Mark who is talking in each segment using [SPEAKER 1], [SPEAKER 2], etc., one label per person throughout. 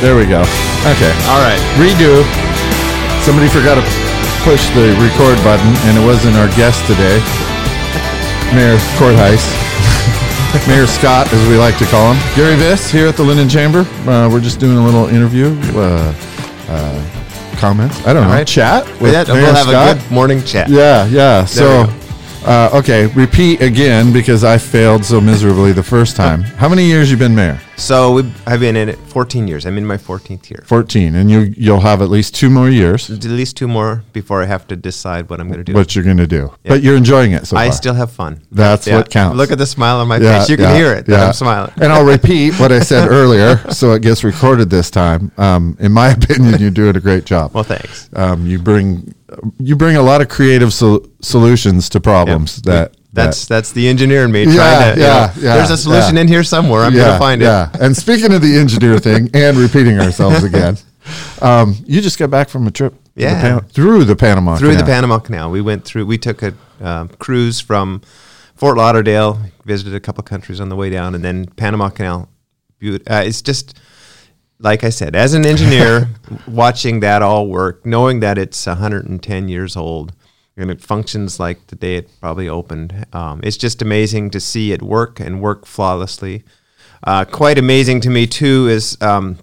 [SPEAKER 1] There we go. Okay.
[SPEAKER 2] All right.
[SPEAKER 1] Redo. Somebody forgot to push the record button, and it wasn't our guest today, Mayor Courtheis. Mayor Scott, as we like to call him. Gary Viss here at the Linden Chamber. Uh, we're just doing a little interview, uh, uh, comments. I don't know,
[SPEAKER 2] right.
[SPEAKER 1] chat with
[SPEAKER 2] Yeah,
[SPEAKER 1] Mayor
[SPEAKER 2] we'll have
[SPEAKER 1] Scott.
[SPEAKER 2] a good morning chat.
[SPEAKER 1] Yeah, yeah. So,
[SPEAKER 2] we
[SPEAKER 1] uh, okay, repeat again because I failed so miserably the first time. How many years you been mayor?
[SPEAKER 2] So we, I've been in it 14 years. I'm in my 14th year.
[SPEAKER 1] Fourteen, and you you'll have at least two more years.
[SPEAKER 2] At least two more before I have to decide what I'm going to do.
[SPEAKER 1] What you're gonna do? But you're enjoying it so
[SPEAKER 2] I
[SPEAKER 1] far.
[SPEAKER 2] still have fun.
[SPEAKER 1] That's
[SPEAKER 2] Yeah.
[SPEAKER 1] what counts.
[SPEAKER 2] Look at the smile on my
[SPEAKER 1] Yeah,
[SPEAKER 2] face. You can
[SPEAKER 1] yeah,
[SPEAKER 2] hear it. that
[SPEAKER 1] yeah.
[SPEAKER 2] I'm smiling.
[SPEAKER 1] And I'll repeat what I said earlier, so it gets recorded this time. Um, in my opinion, you're doing a great job.
[SPEAKER 2] Well, thanks.
[SPEAKER 1] Um, you bring you bring a lot of creative sol- solutions to problems that that-
[SPEAKER 2] That's that's the engineer in me
[SPEAKER 1] Yeah,
[SPEAKER 2] trying to. you
[SPEAKER 1] yeah,
[SPEAKER 2] know,
[SPEAKER 1] yeah,
[SPEAKER 2] there's a solution
[SPEAKER 1] yeah.
[SPEAKER 2] in here somewhere. I'm going to find it.
[SPEAKER 1] And speaking of the engineer thing and repeating ourselves again, um, you just got back from a trip to the
[SPEAKER 2] Yeah.
[SPEAKER 1] Pan- through the Panama.
[SPEAKER 2] Through the
[SPEAKER 1] Canal.
[SPEAKER 2] Panama Canal, we went through. We took a um, cruise from Fort Lauderdale, visited a couple countries on the way down, and then Panama Canal. Beaut- uh, it's just like I said, as an engineer, watching that all work, knowing that it's 110 years old and it functions like the day it probably opened, um, it's just amazing to see it work and work flawlessly. Uh, quite amazing to me too is um,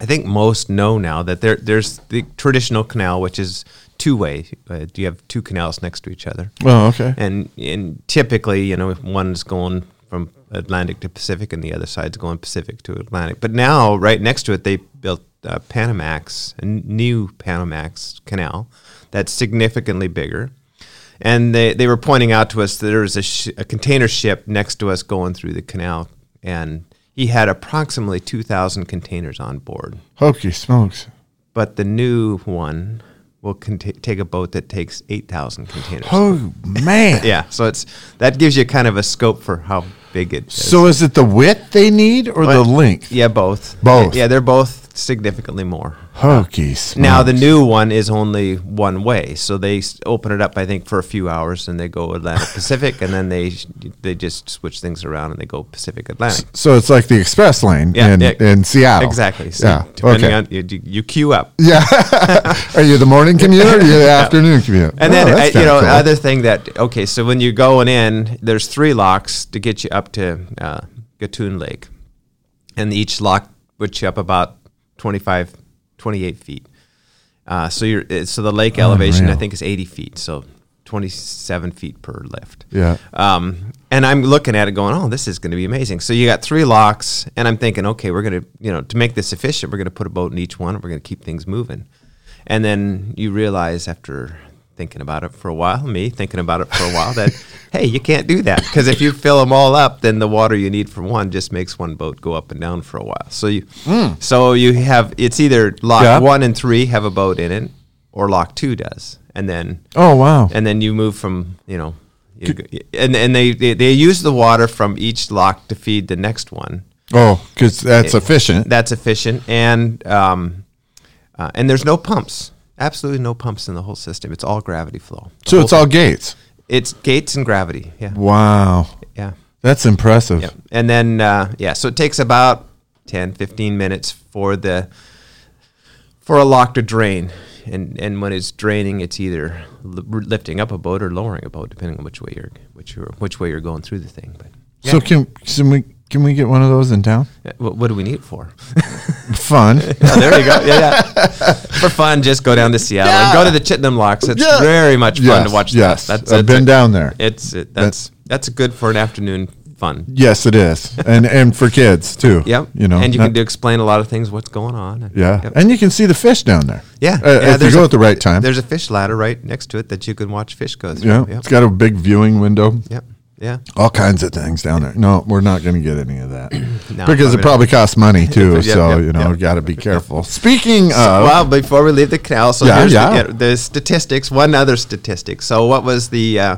[SPEAKER 2] I think most know now that there there's the traditional canal, which is two way. Uh, you have two canals next to each other
[SPEAKER 1] Oh, okay.
[SPEAKER 2] and and typically you know if one's going from Atlantic to Pacific and the other side's going Pacific to Atlantic. But now right next to it they built uh, Panamax, a n- new Panamax canal that's significantly bigger. And they, they were pointing out to us that there was a, sh- a container ship next to us going through the canal, and he had approximately 2,000 containers on board
[SPEAKER 1] Hokey smokes.
[SPEAKER 2] but the new one will conta take a boat that takes 8,000 containers.
[SPEAKER 1] Oh man.
[SPEAKER 2] Yeah, so it's that gives you kind of a scope for how big it is.
[SPEAKER 1] So is it the width they need or the
[SPEAKER 2] But-
[SPEAKER 1] length?
[SPEAKER 2] yeah, both.
[SPEAKER 1] Both.
[SPEAKER 2] Yeah, they're both significantly more.
[SPEAKER 1] Hokey smokes.
[SPEAKER 2] Now the new one is only one way, so they s- open it up I think for a few hours and they go Atlantic Pacific and then they sh- they just switch things around and they go Pacific Atlantic.
[SPEAKER 1] so it's like the express lane
[SPEAKER 2] Yeah,
[SPEAKER 1] in,
[SPEAKER 2] yeah.
[SPEAKER 1] in Seattle.
[SPEAKER 2] Exactly. So
[SPEAKER 1] yeah.
[SPEAKER 2] depending
[SPEAKER 1] okay.
[SPEAKER 2] on you, you- you queue up
[SPEAKER 1] are you the morning commute or are you the afternoon commute?
[SPEAKER 2] And
[SPEAKER 1] Oh,
[SPEAKER 2] then
[SPEAKER 1] that's
[SPEAKER 2] I, you
[SPEAKER 1] kinda
[SPEAKER 2] know,
[SPEAKER 1] cool.
[SPEAKER 2] other thing that okay, so when you're going in, there's three locks to get you up to uh, Gatun Lake, and each lock would you up about 25, 28 feet. Uh, so you're uh, so the lake elevation I
[SPEAKER 1] Oh, Unreal.
[SPEAKER 2] think is 80 feet, so 27 feet per lift.
[SPEAKER 1] Yeah.
[SPEAKER 2] Um, and I'm looking at it going, oh, this is going to be amazing. So you got three locks, and I'm thinking, okay, we're going to, you know, to make this efficient, we're going to put a boat in each one, we're going to keep things moving. And then you realize after thinking about it for a while, me thinking about it for a while, that, hey, you can't do that. Because if you fill them all up, then the water you need for one just makes one boat go up and down for a while. So you, so you have, it's either lock
[SPEAKER 1] Yeah.
[SPEAKER 2] one and three have a boat in it, or lock two does. And then
[SPEAKER 1] Oh wow.
[SPEAKER 2] and then you move from you know you go, and and they, they they use the water from each lock to feed the next one
[SPEAKER 1] Oh, because that's efficient.
[SPEAKER 2] that's efficient and um uh, and there's no pumps absolutely no pumps in the whole system it's all gravity flow The
[SPEAKER 1] So
[SPEAKER 2] whole
[SPEAKER 1] it's all
[SPEAKER 2] thing.
[SPEAKER 1] gates.
[SPEAKER 2] it's gates and gravity yeah
[SPEAKER 1] Wow.
[SPEAKER 2] yeah
[SPEAKER 1] That's impressive.
[SPEAKER 2] yeah and then uh, yeah so it takes about 10 15 minutes for the for a lock to drain and and when it's draining it's either li- lifting up a boat or lowering a boat depending on which way you're which you're which way you're going through the thing but yeah.
[SPEAKER 1] So can can we can we get one of those in town?
[SPEAKER 2] Uh, what, what do we need it for
[SPEAKER 1] Fun.
[SPEAKER 2] oh, there you go yeah, yeah for fun just go down to seattle and go to the chittenden locks it's
[SPEAKER 1] Yeah.
[SPEAKER 2] very much fun
[SPEAKER 1] Yes,
[SPEAKER 2] to watch
[SPEAKER 1] yes.
[SPEAKER 2] that. that's
[SPEAKER 1] I've
[SPEAKER 2] it's
[SPEAKER 1] been
[SPEAKER 2] a-
[SPEAKER 1] down there.
[SPEAKER 2] it's it, that's that's good for an afternoon fun
[SPEAKER 1] yes, it is, and and for kids too.
[SPEAKER 2] Yep.
[SPEAKER 1] You know,
[SPEAKER 2] and you
[SPEAKER 1] not-
[SPEAKER 2] can do, explain a lot of things, what's going on. and-
[SPEAKER 1] Yeah,
[SPEAKER 2] Yep.
[SPEAKER 1] and you can see the fish down there.
[SPEAKER 2] Yeah,
[SPEAKER 1] Uh,
[SPEAKER 2] yeah,
[SPEAKER 1] if you
[SPEAKER 2] there's
[SPEAKER 1] go
[SPEAKER 2] a-
[SPEAKER 1] at the right time.
[SPEAKER 2] There's a fish ladder right next to it that you can watch fish go through.
[SPEAKER 1] yeah,
[SPEAKER 2] Yep.
[SPEAKER 1] it's got a big viewing window.
[SPEAKER 2] Yep. Yeah.
[SPEAKER 1] All kinds of things down there. No, we're not going to get any of that because
[SPEAKER 2] probably
[SPEAKER 1] it
[SPEAKER 2] not.
[SPEAKER 1] probably costs money too.
[SPEAKER 2] Yep,
[SPEAKER 1] so
[SPEAKER 2] yep,
[SPEAKER 1] you know,
[SPEAKER 2] yep.
[SPEAKER 1] got to be careful. Speaking of,
[SPEAKER 2] well, before we leave the canal, so
[SPEAKER 1] Yeah,
[SPEAKER 2] here's
[SPEAKER 1] yeah.
[SPEAKER 2] The, the statistics. One other statistic. So what was the uh,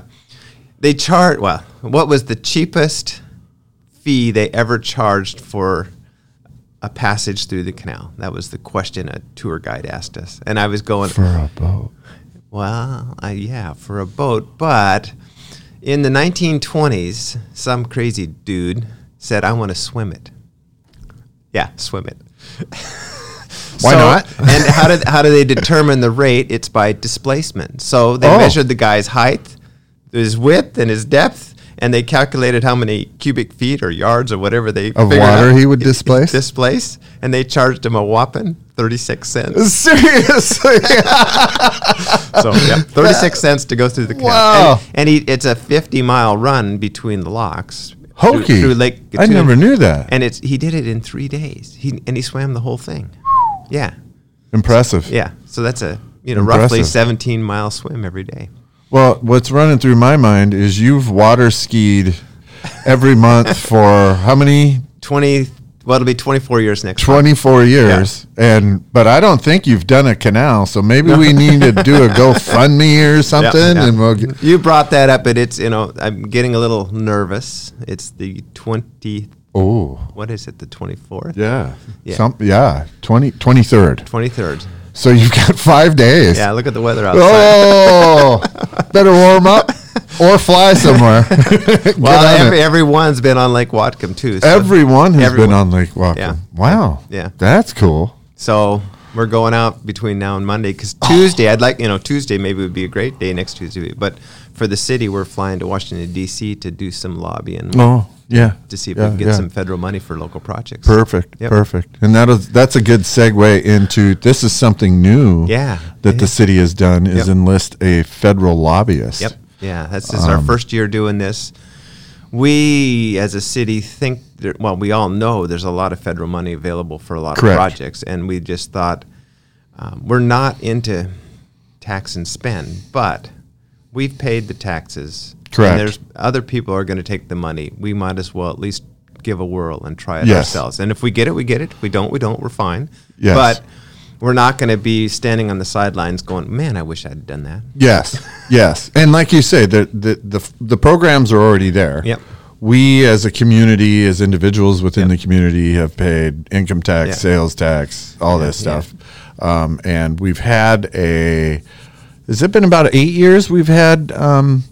[SPEAKER 2] they chart? Well, what was the cheapest fee they ever charged for a passage through the canal? That was the question a tour guide asked us, and I was going,
[SPEAKER 1] for a boat,
[SPEAKER 2] Well, uh, yeah, for a boat. But in the 1920s, some crazy dude said, I want to swim it. Yeah, swim it.
[SPEAKER 1] Why
[SPEAKER 2] So-
[SPEAKER 1] not?
[SPEAKER 2] and how did how do they determine the rate? It's by displacement. So they
[SPEAKER 1] Oh.
[SPEAKER 2] measured the guy's height, his width, and his depth, and they calculated how many cubic feet or yards or whatever they
[SPEAKER 1] Of
[SPEAKER 2] figured
[SPEAKER 1] water
[SPEAKER 2] out
[SPEAKER 1] he would displace?
[SPEAKER 2] Displace, and they charged him a whopping thirty six cents.
[SPEAKER 1] Seriously?
[SPEAKER 2] so yeah, thirty six cents to go through the canal.
[SPEAKER 1] Wow.
[SPEAKER 2] And, and he, it's a fifty mile run between the locks. through-
[SPEAKER 1] Hokey.
[SPEAKER 2] through Lake.
[SPEAKER 1] I
[SPEAKER 2] Gatun.
[SPEAKER 1] never knew that.
[SPEAKER 2] And it's he did it in three days. He and he swam the whole thing. Yeah,
[SPEAKER 1] Impressive.
[SPEAKER 2] yeah. So that's a you know roughly
[SPEAKER 1] Impressive.
[SPEAKER 2] 17 mile swim every day.
[SPEAKER 1] Well, what's running through my mind is you've water skied every month for how many?
[SPEAKER 2] 20. Well, it'll be 24 years next. month.
[SPEAKER 1] 24 years. And but I don't think you've done a canal, so maybe we need to do a GoFundMe or
[SPEAKER 2] Yeah,
[SPEAKER 1] something
[SPEAKER 2] yeah.
[SPEAKER 1] and we'll get,
[SPEAKER 2] you brought that up, but it's you know I'm getting a little nervous. It's the 20.
[SPEAKER 1] Oh,
[SPEAKER 2] What is it? The 24th.
[SPEAKER 1] yeah.
[SPEAKER 2] Yeah.
[SPEAKER 1] Some yeah, 20 23rd.
[SPEAKER 2] 23rd.
[SPEAKER 1] So you've got 5 days.
[SPEAKER 2] Yeah, look at the weather outside.
[SPEAKER 1] Oh, better warm up or fly somewhere. Get
[SPEAKER 2] well,
[SPEAKER 1] on it.
[SPEAKER 2] every, everyone's been on Lake Watcom too. So,
[SPEAKER 1] Everyone has
[SPEAKER 2] Everyone.
[SPEAKER 1] been on Lake Wacom.
[SPEAKER 2] Yeah.
[SPEAKER 1] Wow.
[SPEAKER 2] Yeah.
[SPEAKER 1] That's cool.
[SPEAKER 2] so we're going out between now and Monday because
[SPEAKER 1] Oh.
[SPEAKER 2] Tuesday I'd like you know Tuesday maybe would be a great day next Tuesday, but for the city we're flying to Washington D.C. to do some lobbying
[SPEAKER 1] Oh, yeah.
[SPEAKER 2] to see if
[SPEAKER 1] Yeah,
[SPEAKER 2] we can get
[SPEAKER 1] yeah.
[SPEAKER 2] some federal money for local projects.
[SPEAKER 1] Perfect.
[SPEAKER 2] Yep.
[SPEAKER 1] Perfect. And that is that's a good segue into this is something new.
[SPEAKER 2] Yeah.
[SPEAKER 1] That the city has done is
[SPEAKER 2] Yep.
[SPEAKER 1] enlist a federal lobbyist.
[SPEAKER 2] Yep. Yeah, that's this is
[SPEAKER 1] Um,
[SPEAKER 2] our first year doing this. We, as a city, think there, well, we all know there's a lot of federal money available for a lot
[SPEAKER 1] Correct.
[SPEAKER 2] of projects, and we just thought um, we're not into tax and spend, but we've paid the taxes. and
[SPEAKER 1] Correct.
[SPEAKER 2] there's other people are going to take the money. We might as well at least give a whirl and try it
[SPEAKER 1] Yes.
[SPEAKER 2] ourselves. And if we get it, we get it. If we don't, we don't. We're fine.
[SPEAKER 1] Yes.
[SPEAKER 2] But we're not going to be standing on the sidelines going, "Man, I wish I'd done that."
[SPEAKER 1] Yes. Yes. And like you say, the the the, the programs are already there.
[SPEAKER 2] Yep.
[SPEAKER 1] We as a community, as individuals within the community, have paid income tax,
[SPEAKER 2] Yeah.
[SPEAKER 1] sales tax, all this stuff, um, and we've had a. Has it been about eight years we've had um,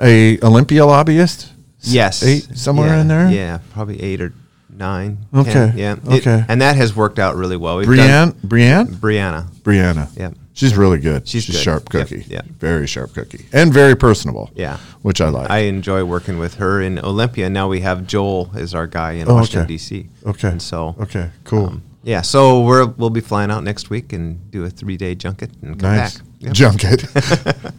[SPEAKER 1] a Olympia lobbyist? S-
[SPEAKER 2] Yes.
[SPEAKER 1] eight somewhere
[SPEAKER 2] Yeah,
[SPEAKER 1] in there.
[SPEAKER 2] Yeah, probably eight or nine.
[SPEAKER 1] Okay,
[SPEAKER 2] ten, yeah. It-
[SPEAKER 1] okay.
[SPEAKER 2] and that has worked out really well. We've done-
[SPEAKER 1] Brianne, Brianne,
[SPEAKER 2] Brianna.
[SPEAKER 1] Brianna.
[SPEAKER 2] Yep.
[SPEAKER 1] She's really good.
[SPEAKER 2] She's good.
[SPEAKER 1] sharp
[SPEAKER 2] Yep,
[SPEAKER 1] cookie.
[SPEAKER 2] yep.
[SPEAKER 1] Very sharp cookie, and very personable.
[SPEAKER 2] Yeah.
[SPEAKER 1] which I like.
[SPEAKER 2] I enjoy working with her in Olympia. Now we have Joel as our guy in
[SPEAKER 1] Oh,
[SPEAKER 2] Washington
[SPEAKER 1] okay.
[SPEAKER 2] D.C.
[SPEAKER 1] okay.
[SPEAKER 2] And so. um,
[SPEAKER 1] okay, cool.
[SPEAKER 2] Yeah, so we're we'll be flying out next week and do a three day junket and come
[SPEAKER 1] Nice.
[SPEAKER 2] back. Yep.
[SPEAKER 1] Junket. I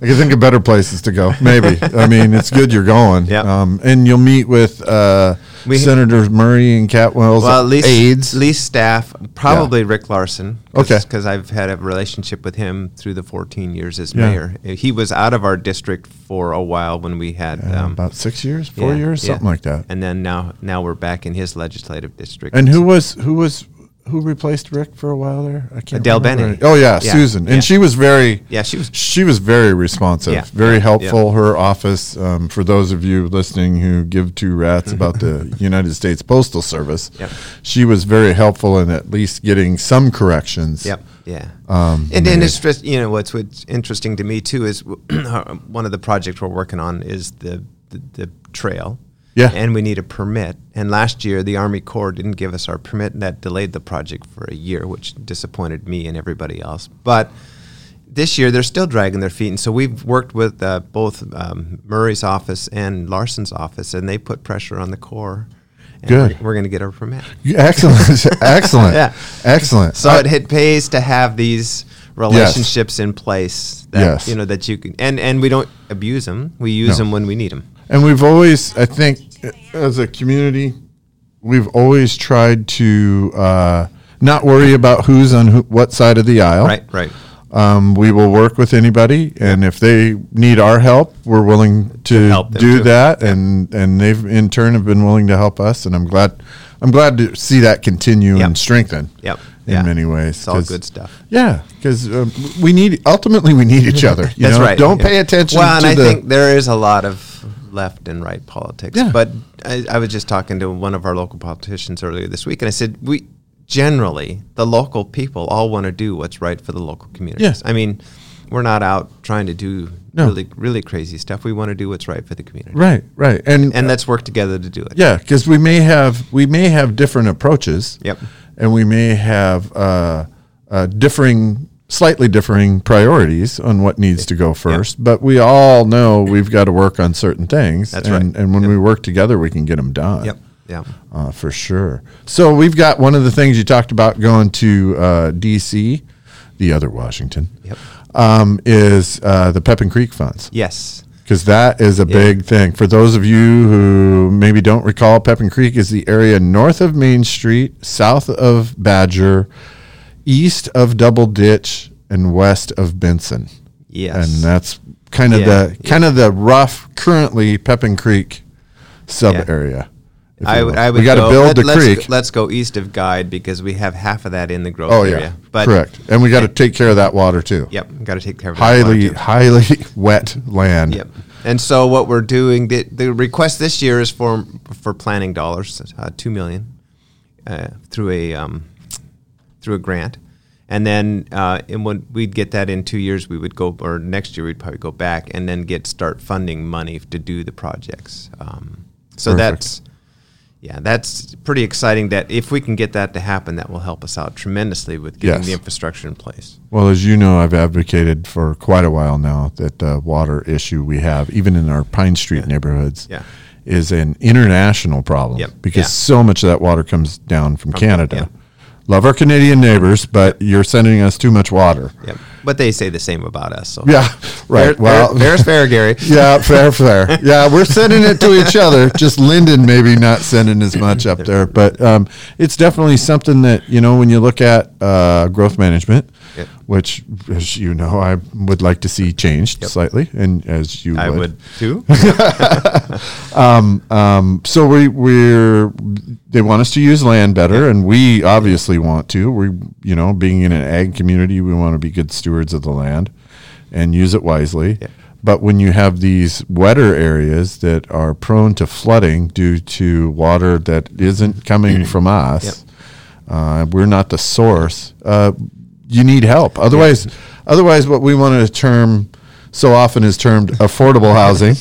[SPEAKER 1] can think of better places to go. Maybe. I mean, it's good you're going.
[SPEAKER 2] Yep.
[SPEAKER 1] Um, and you'll meet with uh,
[SPEAKER 2] We-
[SPEAKER 1] Senators Murray and Catwell's
[SPEAKER 2] Well, at least
[SPEAKER 1] aides.
[SPEAKER 2] at least staff, probably Rick Larson.
[SPEAKER 1] Okay.
[SPEAKER 2] because I've had a relationship with him through the 14 years as
[SPEAKER 1] Yeah.
[SPEAKER 2] mayor. He was out of our district for a while when we had
[SPEAKER 1] Uh,
[SPEAKER 2] um,
[SPEAKER 1] about six years, four
[SPEAKER 2] Yeah,
[SPEAKER 1] years,
[SPEAKER 2] yeah.
[SPEAKER 1] something like that.
[SPEAKER 2] And then now, now we're back in his legislative district.
[SPEAKER 1] And who was who was who replaced Rick for a while there? I can't.
[SPEAKER 2] Adele
[SPEAKER 1] remember.
[SPEAKER 2] Bennett.
[SPEAKER 1] Oh yeah,
[SPEAKER 2] Yeah,
[SPEAKER 1] Susan, and
[SPEAKER 2] yeah.
[SPEAKER 1] she was very.
[SPEAKER 2] Yeah, she was.
[SPEAKER 1] She was very responsive,
[SPEAKER 2] Yeah,
[SPEAKER 1] very
[SPEAKER 2] yeah,
[SPEAKER 1] helpful. Her office, um, for those of you listening who give two rats about the United States Postal Service,
[SPEAKER 2] Yep.
[SPEAKER 1] she was very helpful in at least getting some corrections.
[SPEAKER 2] Yep. Yeah.
[SPEAKER 1] Um,
[SPEAKER 2] and
[SPEAKER 1] made.
[SPEAKER 2] and it's just you know what's what's interesting to me too is one of the projects we're working on is the the, the trail.
[SPEAKER 1] Yeah.
[SPEAKER 2] And we need a permit. And last year the Army Corps didn't give us our permit, and that delayed the project for a year, which disappointed me and everybody else. But this year they're still dragging their feet, and so we've worked with uh, both um, Murray's office and Larson's office, and they put pressure on the Corps. And
[SPEAKER 1] Good.
[SPEAKER 2] We're, we're going to get our permit.
[SPEAKER 1] Excellent, excellent,
[SPEAKER 2] Yeah.
[SPEAKER 1] excellent. Uh,
[SPEAKER 2] So
[SPEAKER 1] I-
[SPEAKER 2] it, it pays to have these relationships in place that
[SPEAKER 1] Yes.
[SPEAKER 2] you know that you can and and we don't abuse them. We use
[SPEAKER 1] No.
[SPEAKER 2] them when we need them.
[SPEAKER 1] And we've always, I think, as a community, we've always tried to uh, not worry about who's on who, what side of the aisle.
[SPEAKER 2] Right, right.
[SPEAKER 1] Um, we will work with anybody, and if they need our help, we're willing to
[SPEAKER 2] help them
[SPEAKER 1] do
[SPEAKER 2] too.
[SPEAKER 1] that. And and they've in turn have been willing to help us, and I'm glad. I'm glad to see that continue
[SPEAKER 2] Yep.
[SPEAKER 1] and strengthen.
[SPEAKER 2] Yep.
[SPEAKER 1] In
[SPEAKER 2] Yeah.
[SPEAKER 1] many ways,
[SPEAKER 2] It's all
[SPEAKER 1] 'cause-
[SPEAKER 2] good stuff.
[SPEAKER 1] Yeah, because um, we need ultimately we need each other. You
[SPEAKER 2] That's
[SPEAKER 1] know?
[SPEAKER 2] right.
[SPEAKER 1] Don't
[SPEAKER 2] Yeah.
[SPEAKER 1] pay attention.
[SPEAKER 2] Well,
[SPEAKER 1] to
[SPEAKER 2] and I
[SPEAKER 1] the,
[SPEAKER 2] think there is a lot of left and right politics.
[SPEAKER 1] Yeah.
[SPEAKER 2] But I, I was just talking to one of our local politicians earlier this week, and I said we generally the local people all want to do what's right for the local communities.
[SPEAKER 1] Yeah.
[SPEAKER 2] I mean, we're not out trying to do
[SPEAKER 1] No.
[SPEAKER 2] really really crazy stuff. We want to do what's right for the community,
[SPEAKER 1] right, right, and
[SPEAKER 2] and let's work together to do it.
[SPEAKER 1] Yeah, because we may have we may have different approaches.
[SPEAKER 2] Yep.
[SPEAKER 1] And we may have uh, uh, differing, slightly differing priorities on what needs to go first. But we all know we've got to work on certain things.
[SPEAKER 2] That's
[SPEAKER 1] and,
[SPEAKER 2] right.
[SPEAKER 1] And when we work together, we can get them done.
[SPEAKER 2] Yep. Yeah.
[SPEAKER 1] Uh, for sure. So we've got one of the things you talked about going to uh, D.C., the other Washington,
[SPEAKER 2] Yep.
[SPEAKER 1] um, is uh, the Pepin Creek funds
[SPEAKER 2] Yes.
[SPEAKER 1] because that is a big thing. For those of you who maybe don't recall, Pepin Creek is the area north of Main Street, south of Badger, east of Double Ditch, and west of Benson.
[SPEAKER 2] Yes.
[SPEAKER 1] And uh, that's kind of
[SPEAKER 2] Yeah,
[SPEAKER 1] the kind of the rough currently Pepin Creek sub area. if
[SPEAKER 2] I
[SPEAKER 1] you
[SPEAKER 2] would,
[SPEAKER 1] will.
[SPEAKER 2] I would
[SPEAKER 1] we got to
[SPEAKER 2] go-
[SPEAKER 1] build the
[SPEAKER 2] let's,
[SPEAKER 1] creek.
[SPEAKER 2] Let's go east of Guide because we have half of that in the growth
[SPEAKER 1] oh
[SPEAKER 2] area.
[SPEAKER 1] yeah, correct. And we got to take care of that water too.
[SPEAKER 2] Yep, got to take care of that water,
[SPEAKER 1] Highly,
[SPEAKER 2] too.
[SPEAKER 1] highly wet land.
[SPEAKER 2] Yep. And so what we're doing, the, the request this year is for for planning dollars, uh, two million, uh, through a um, through a grant, and then uh, and when we'd get that in two years, we would go or next year we'd probably go back and then get start funding money to do the projects. Um, so
[SPEAKER 1] Perfect.
[SPEAKER 2] that's yeah, that's pretty exciting. That if we can get that to happen, that will help us out tremendously with getting
[SPEAKER 1] Yes.
[SPEAKER 2] the infrastructure in place.
[SPEAKER 1] Well, as you know, I've advocated for quite a while now that the water issue we have, even in our Pine Street neighborhoods,
[SPEAKER 2] Yeah.
[SPEAKER 1] is an international problem
[SPEAKER 2] Yep.
[SPEAKER 1] because
[SPEAKER 2] Yeah.
[SPEAKER 1] so much of that water comes down from Canada.
[SPEAKER 2] yeah.
[SPEAKER 1] Love our Canadian neighbors, but you're sending us too much water.
[SPEAKER 2] Yep. But they say the same about us. So
[SPEAKER 1] Yeah, right.
[SPEAKER 2] Fair,
[SPEAKER 1] well,
[SPEAKER 2] fair, fair's fair, Gary.
[SPEAKER 1] yeah, fair, fair. Yeah, we're sending it to each other. Just Linden maybe not sending as much up there, but um, it's definitely something that you know when you look at uh, growth management,
[SPEAKER 2] Yep.
[SPEAKER 1] which, as you know, I would like to see changed slightly, and as you
[SPEAKER 2] I
[SPEAKER 1] would.
[SPEAKER 2] would too.
[SPEAKER 1] Um, so we we're they want us to use land better, and we obviously want to. We you know being in an ag community, we want to be good stewards of the land and use it wisely.
[SPEAKER 2] Yeah.
[SPEAKER 1] But when you have these wetter areas that are prone to flooding due to water that isn't coming from us, uh, we're not the source. Uh, you need help. Otherwise, otherwise, what we want to term so often is termed affordable housing,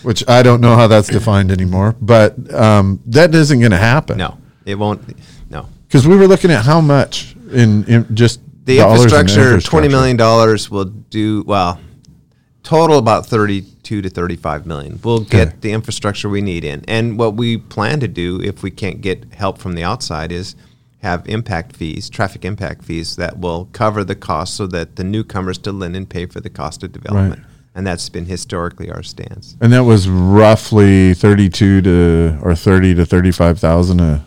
[SPEAKER 1] which I don't know how that's defined anymore. But um, that isn't going to happen.
[SPEAKER 2] No, it won't. No,
[SPEAKER 1] because we were looking at how much in, in just
[SPEAKER 2] the
[SPEAKER 1] dollars in
[SPEAKER 2] infrastructure, twenty million dollars will do well. Total about thirty-two to thirty-five million. We'll get
[SPEAKER 1] Okay.
[SPEAKER 2] the infrastructure we need in, and what we plan to do if we can't get help from the outside is have impact fees, traffic impact fees that will cover the cost, so that the newcomers to Linden pay for the cost of development, and that's been historically our stance.
[SPEAKER 1] and that was roughly thirty-two to or thirty to thirty-five thousand a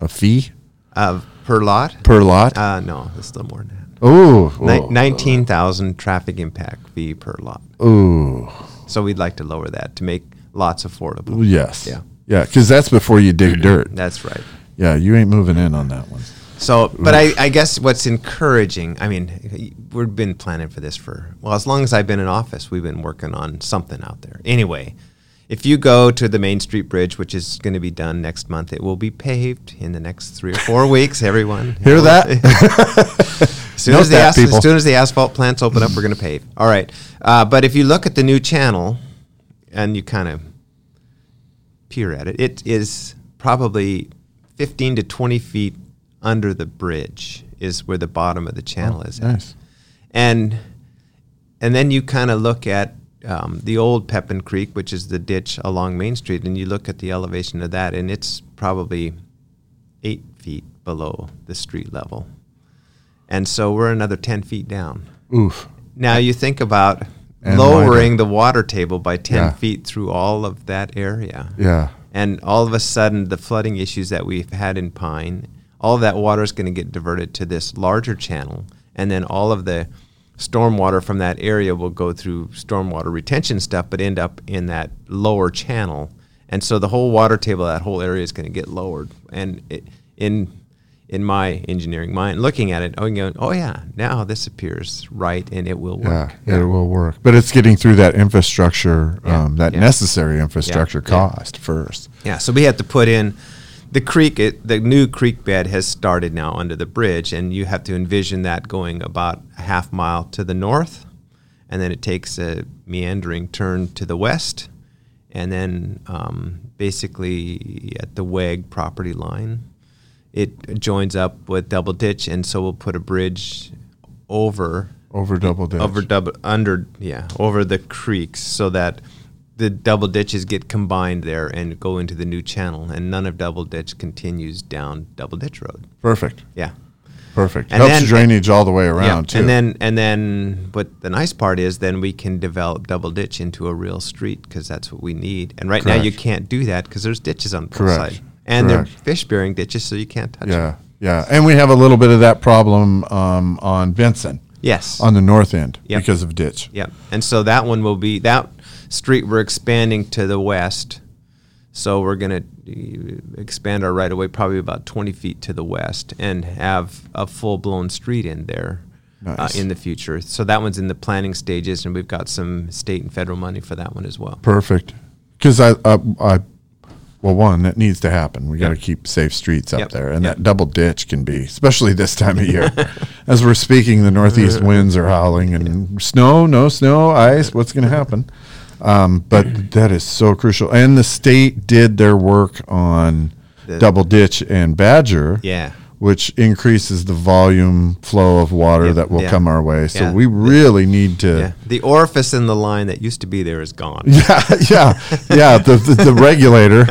[SPEAKER 1] a fee
[SPEAKER 2] Uh, per lot?
[SPEAKER 1] per lot.
[SPEAKER 2] Uh, no, it's a little more than that.
[SPEAKER 1] ooh,
[SPEAKER 2] Ni-
[SPEAKER 1] ooh,
[SPEAKER 2] 19,000 traffic impact fee per lot.
[SPEAKER 1] ooh, Mm.
[SPEAKER 2] So we'd like to lower that to make lots affordable.
[SPEAKER 1] yes,
[SPEAKER 2] Yeah.
[SPEAKER 1] yeah, because that's before you dig dirt.
[SPEAKER 2] That's right.
[SPEAKER 1] Yeah, you ain't moving in on that one.
[SPEAKER 2] So, but I, I guess what's encouraging, I mean, we've been planning for this for, well, as long as I've been in office, we've been working on something out there. Anyway, if you go to the Main Street Bridge, which is going to be done next month, it will be paved in the next three or four weeks, everyone.
[SPEAKER 1] Hear that?
[SPEAKER 2] As soon
[SPEAKER 1] Note
[SPEAKER 2] as, the
[SPEAKER 1] that,
[SPEAKER 2] as,
[SPEAKER 1] people.
[SPEAKER 2] as soon as the asphalt plants open up, we're going to pave. All right. Uh, but if you look at the new channel and you kind of peer at it, it is probably 15 to 20 feet under the bridge, is where the bottom of the channel is. At.
[SPEAKER 1] nice.
[SPEAKER 2] And, and then you kind of look at um, the old Pepin Creek, which is the ditch along Main Street, and you look at the elevation of that, and it's probably eight feet below the street level. And so we're another 10 feet down.
[SPEAKER 1] Oof.
[SPEAKER 2] Now you think about
[SPEAKER 1] And
[SPEAKER 2] lowering the water table by 10
[SPEAKER 1] Yeah.
[SPEAKER 2] feet through all of that area.
[SPEAKER 1] Yeah.
[SPEAKER 2] And all of a sudden, the flooding issues that we've had in Pine, all of that water is going to get diverted to this larger channel. And then all of the stormwater from that area will go through stormwater retention stuff, but end up in that lower channel. And so the whole water table, that whole area is going to get lowered. And it, in in my engineering mind, looking at it, oh, you know, oh yeah, now this appears right, and it will work.
[SPEAKER 1] Yeah, it will work, but it's getting through that infrastructure, um, that
[SPEAKER 2] yeah.
[SPEAKER 1] necessary infrastructure
[SPEAKER 2] yeah.
[SPEAKER 1] cost first.
[SPEAKER 2] Yeah, so we have to put in the creek. It, the new creek bed has started now under the bridge, and you have to envision that going about a half mile to the north, and then it takes a meandering turn to the west, and then um, basically at the WEG property line, it joins up with Double Ditch, and so we'll put a bridge over
[SPEAKER 1] Over double ditch.
[SPEAKER 2] over double under yeah over the creeks so that the double ditches get combined there and go into the new channel, and none of Double Ditch continues down Double Ditch Road.
[SPEAKER 1] Perfect.
[SPEAKER 2] Yeah.
[SPEAKER 1] Perfect.
[SPEAKER 2] And
[SPEAKER 1] Helps
[SPEAKER 2] then-
[SPEAKER 1] drainage all the way around
[SPEAKER 2] yeah.
[SPEAKER 1] too.
[SPEAKER 2] And then and then what the nice part is then we can develop double ditch into a real street because that's what we need. And right now you
[SPEAKER 1] Correct.
[SPEAKER 2] can't do that because there's ditches on both
[SPEAKER 1] Correct.
[SPEAKER 2] sides. And they're
[SPEAKER 1] Correct.
[SPEAKER 2] fish bearing ditches so you can't touch them.
[SPEAKER 1] yeah, yeah, and we have a little bit of that problem um, on Benson
[SPEAKER 2] Yes.
[SPEAKER 1] on the north end
[SPEAKER 2] Yep.
[SPEAKER 1] because of ditch.
[SPEAKER 2] yeah. And so that one will be that street we're expanding to the west. So we're going to expand our right of way probably about 20 feet to the west and have a full blown street in there.
[SPEAKER 1] Nice.
[SPEAKER 2] Uh, in the future, so that one's in the planning stages, and we've got some state and federal money for that one as well.
[SPEAKER 1] Perfect. Because I, I, I, well, one that needs to happen. We got to keep safe streets up
[SPEAKER 2] Yep.
[SPEAKER 1] there, and
[SPEAKER 2] Yep.
[SPEAKER 1] that double ditch can be, especially this time of year. As we're speaking, the northeast winds are howling, and snow, no snow, ice. What's going to happen? Um, but that is so crucial. And the state did their work on
[SPEAKER 2] The-
[SPEAKER 1] double ditch and Badger.
[SPEAKER 2] Yeah.
[SPEAKER 1] Which increases the volume flow of water
[SPEAKER 2] Yep.
[SPEAKER 1] that will
[SPEAKER 2] Yeah.
[SPEAKER 1] come our way. So
[SPEAKER 2] Yeah.
[SPEAKER 1] we really need to
[SPEAKER 2] Yeah. The orifice in the line that used to be there is gone.
[SPEAKER 1] Yeah, yeah, yeah. The the, the regulator.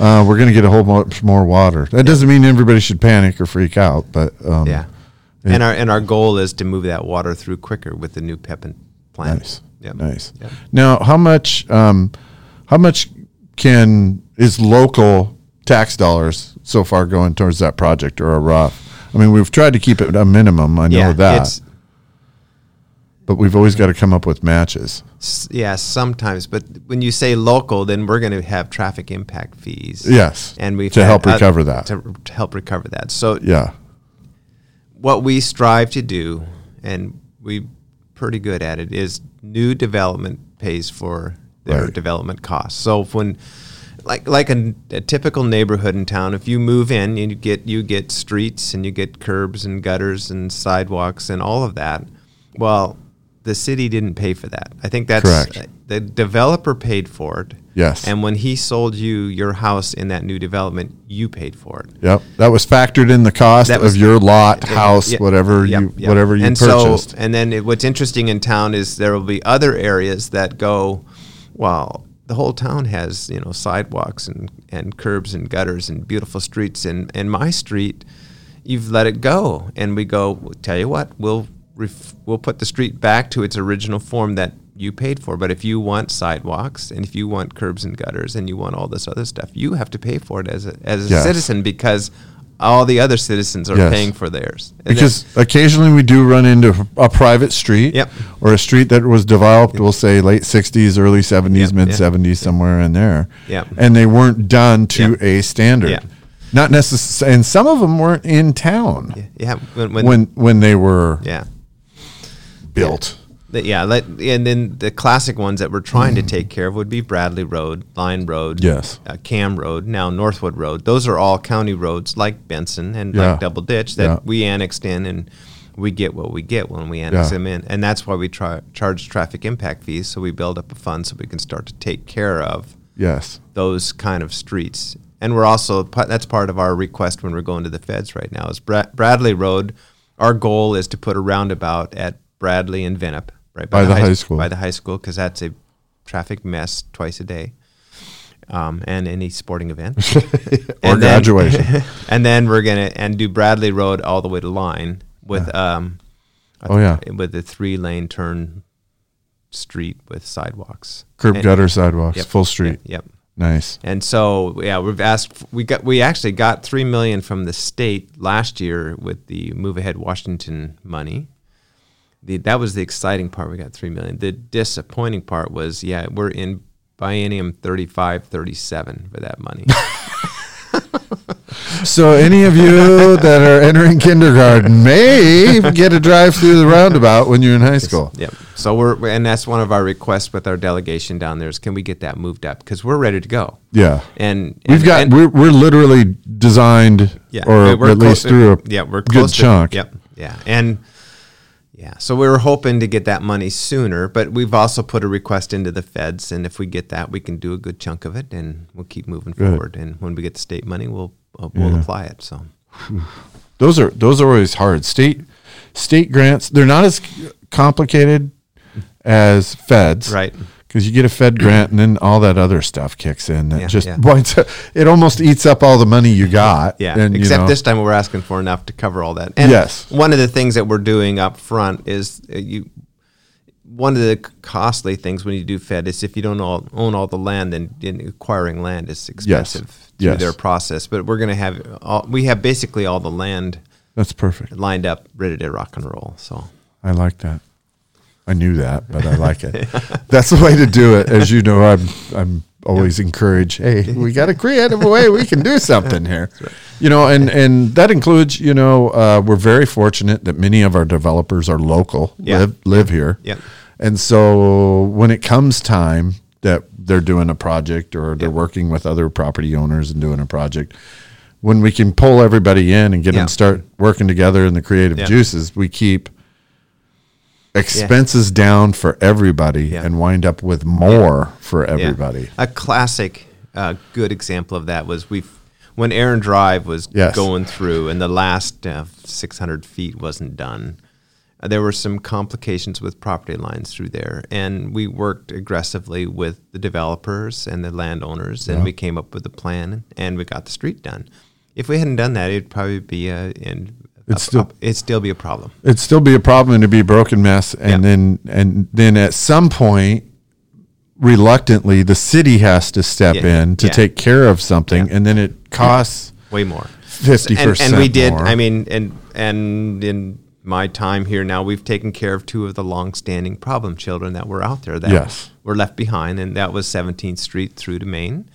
[SPEAKER 1] Uh, we're going to get a whole bunch more water. That doesn't mean everybody should panic or freak out, but um,
[SPEAKER 2] Yeah. And our and our goal is to move that water through quicker with the new Pepin plant.
[SPEAKER 1] nice,
[SPEAKER 2] Yep.
[SPEAKER 1] nice.
[SPEAKER 2] Yep.
[SPEAKER 1] Now, how much? Um, how much can is local tax dollars so far going towards that project or a rough? I mean, we've tried to keep it a minimum. I know
[SPEAKER 2] Yeah.
[SPEAKER 1] that,
[SPEAKER 2] It's
[SPEAKER 1] but we've always got to come up with matches.
[SPEAKER 2] s- yeah, sometimes. But when you say local, then we're gonna have traffic impact fees.
[SPEAKER 1] Yes,
[SPEAKER 2] And we
[SPEAKER 1] to help recover that.
[SPEAKER 2] To, to help recover that. So
[SPEAKER 1] yeah,
[SPEAKER 2] what we strive to do, and we pretty good at it, is new development pays for their
[SPEAKER 1] Right.
[SPEAKER 2] development costs. So if when like like a, a typical neighborhood in town, if you move in and you get you get streets and you get curbs and gutters and sidewalks and all of that, well, the city didn't pay for that. I think that's uh,
[SPEAKER 1] Correct.
[SPEAKER 2] the developer paid for it.
[SPEAKER 1] Yes.
[SPEAKER 2] And when he sold you your house in that new development, you paid for it.
[SPEAKER 1] Yep, that was factored in the cost
[SPEAKER 2] That
[SPEAKER 1] of
[SPEAKER 2] was-
[SPEAKER 1] your lot,
[SPEAKER 2] Yeah,
[SPEAKER 1] house,
[SPEAKER 2] yeah,
[SPEAKER 1] whatever
[SPEAKER 2] yep,
[SPEAKER 1] you
[SPEAKER 2] yep.
[SPEAKER 1] whatever you
[SPEAKER 2] and
[SPEAKER 1] purchased.
[SPEAKER 2] So, and then it, what's interesting in town is there will be other areas that go, well, the whole town has you know sidewalks and, and curbs and gutters and beautiful streets and and my street, you've let it go and we go well, tell you what we'll ref- we'll put the street back to its original form that you paid for but if you want sidewalks and if you want curbs and gutters and you want all this other stuff you have to pay for it as a, as a
[SPEAKER 1] Yes.
[SPEAKER 2] citizen because all the other citizens are
[SPEAKER 1] Yes.
[SPEAKER 2] paying for theirs And
[SPEAKER 1] because occasionally we do run into a private street
[SPEAKER 2] Yep.
[SPEAKER 1] or a street that was developed, we'll say late 60s, early 70s,
[SPEAKER 2] Yep,
[SPEAKER 1] mid
[SPEAKER 2] yeah.
[SPEAKER 1] 70s, somewhere in there.
[SPEAKER 2] Yep.
[SPEAKER 1] And they weren't done to
[SPEAKER 2] Yep.
[SPEAKER 1] a standard.
[SPEAKER 2] Yeah.
[SPEAKER 1] Not necessarily, and some of them weren't in town
[SPEAKER 2] that- yeah when, when,
[SPEAKER 1] when when they were
[SPEAKER 2] yeah
[SPEAKER 1] built.
[SPEAKER 2] That- yeah let, and then the classic ones that we're trying to take care of would be Bradley Road Line Road
[SPEAKER 1] Mm. Yes.
[SPEAKER 2] uh, Cam Road now Northwood Road those are all county roads like Benson and
[SPEAKER 1] Yeah.
[SPEAKER 2] like Double Ditch that
[SPEAKER 1] Yeah.
[SPEAKER 2] we annexed in and we get what we get when we annex
[SPEAKER 1] Yeah.
[SPEAKER 2] them in and that's why we try, charge traffic impact fees so we build up a fund so we can start to take care of
[SPEAKER 1] Yes.
[SPEAKER 2] those kind of streets. And we're also pa- that's part of our request when we're going to the feds right now is Bra- Bradley Road. Our goal is to put a roundabout at Bradley and Venep, right
[SPEAKER 1] By the high school.
[SPEAKER 2] by the high school, because that's a traffic mess twice a day, um, and any sporting event
[SPEAKER 1] Or
[SPEAKER 2] And then-
[SPEAKER 1] graduation.
[SPEAKER 2] and then we're gonna and do Bradley Road all the way to Line with um, I
[SPEAKER 1] Oh, yeah.
[SPEAKER 2] think with a three lane turn street with sidewalks,
[SPEAKER 1] Curb
[SPEAKER 2] And-
[SPEAKER 1] gutter sidewalks,
[SPEAKER 2] Yep,
[SPEAKER 1] full street.
[SPEAKER 2] Yep. yep.
[SPEAKER 1] Nice.
[SPEAKER 2] And so, yeah, we've asked. We got. We actually got three million from the state last year with the Move Ahead Washington money. The, that was the exciting part. We got three million. The disappointing part was, yeah, we're in biennium 35, 37 for that money.
[SPEAKER 1] So, any of you that are entering kindergarten may get a drive through the roundabout when you're in high school.
[SPEAKER 2] yep. So we're, and that's one of our requests with our delegation down there is, can we get that moved up? Because we're ready to go.
[SPEAKER 1] Yeah.
[SPEAKER 2] And,
[SPEAKER 1] We've
[SPEAKER 2] and-
[SPEAKER 1] got
[SPEAKER 2] and-
[SPEAKER 1] we're, we're literally designed
[SPEAKER 2] Yeah,
[SPEAKER 1] or
[SPEAKER 2] we're
[SPEAKER 1] at least
[SPEAKER 2] close-
[SPEAKER 1] through a
[SPEAKER 2] yeah, we're
[SPEAKER 1] good
[SPEAKER 2] close to-
[SPEAKER 1] chunk.
[SPEAKER 2] Yep, yeah, and yeah, so we were hoping to get that money sooner, but we've also put a request into the feds, and if we get that, we can do a good chunk of it, and we'll keep moving forward. And when we get the state money, we'll uh, we'll apply it. So
[SPEAKER 1] Those are those are always hard. State state grants they're not as complicated as feds,
[SPEAKER 2] Right.
[SPEAKER 1] Because you get a Fed grant and then all that other stuff kicks in that
[SPEAKER 2] Yeah,
[SPEAKER 1] just
[SPEAKER 2] yeah.
[SPEAKER 1] winds up, it almost eats up all the money you got.
[SPEAKER 2] Yeah.
[SPEAKER 1] and, you
[SPEAKER 2] Except
[SPEAKER 1] know,
[SPEAKER 2] this time we're asking for enough to cover all that. And
[SPEAKER 1] Yes.
[SPEAKER 2] One of the things that we're doing up front is uh, you. One of the costly things when you do Fed is if you don't all, own all the land, then, then acquiring land is expensive through
[SPEAKER 1] Yes.
[SPEAKER 2] their process. But we're going to have all, we have basically all the land
[SPEAKER 1] that's perfect.
[SPEAKER 2] lined up, ready to rock and roll. So
[SPEAKER 1] I like that. I knew that, but I like it. That's the way to do it. As you know, I'm I'm always encouraged. Hey, we got a creative way we can do something here. You know, and and that includes you know uh, we're very fortunate that many of our developers are local,
[SPEAKER 2] Yeah.
[SPEAKER 1] live live here.
[SPEAKER 2] Yeah.
[SPEAKER 1] And so when it comes time that they're doing a project or they're working with other property owners and doing a project, when we can pull everybody in and get
[SPEAKER 2] Yeah.
[SPEAKER 1] them start working together in the creative
[SPEAKER 2] Yeah.
[SPEAKER 1] juices, we keep expenses down for everybody
[SPEAKER 2] Yeah.
[SPEAKER 1] and wind up with more for everybody.
[SPEAKER 2] Yeah. A classic, uh, good example of that was we, when Aaron Drive was
[SPEAKER 1] Yes.
[SPEAKER 2] going through, and the last uh, 600 feet wasn't done. uh, There were some complications with property lines through there, and we worked aggressively with the developers and the landowners, and we came up with a plan, and we got the street done. If we hadn't done that, it'd probably be a and
[SPEAKER 1] It's still-
[SPEAKER 2] it'd still be a problem.
[SPEAKER 1] It'd still be a problem and it'd be a broken mess. And
[SPEAKER 2] Yeah.
[SPEAKER 1] then and then at some point, reluctantly, the city has to step
[SPEAKER 2] Yeah,
[SPEAKER 1] in to
[SPEAKER 2] yeah.
[SPEAKER 1] take care of something, and then it costs
[SPEAKER 2] Way more.
[SPEAKER 1] fifty
[SPEAKER 2] and,
[SPEAKER 1] percent.
[SPEAKER 2] and we did. I mean, and and in my time here now, we've taken care of two of the long-standing problem children that were out there that
[SPEAKER 1] Yes.
[SPEAKER 2] were left behind, and that was 17th Street through to Maine,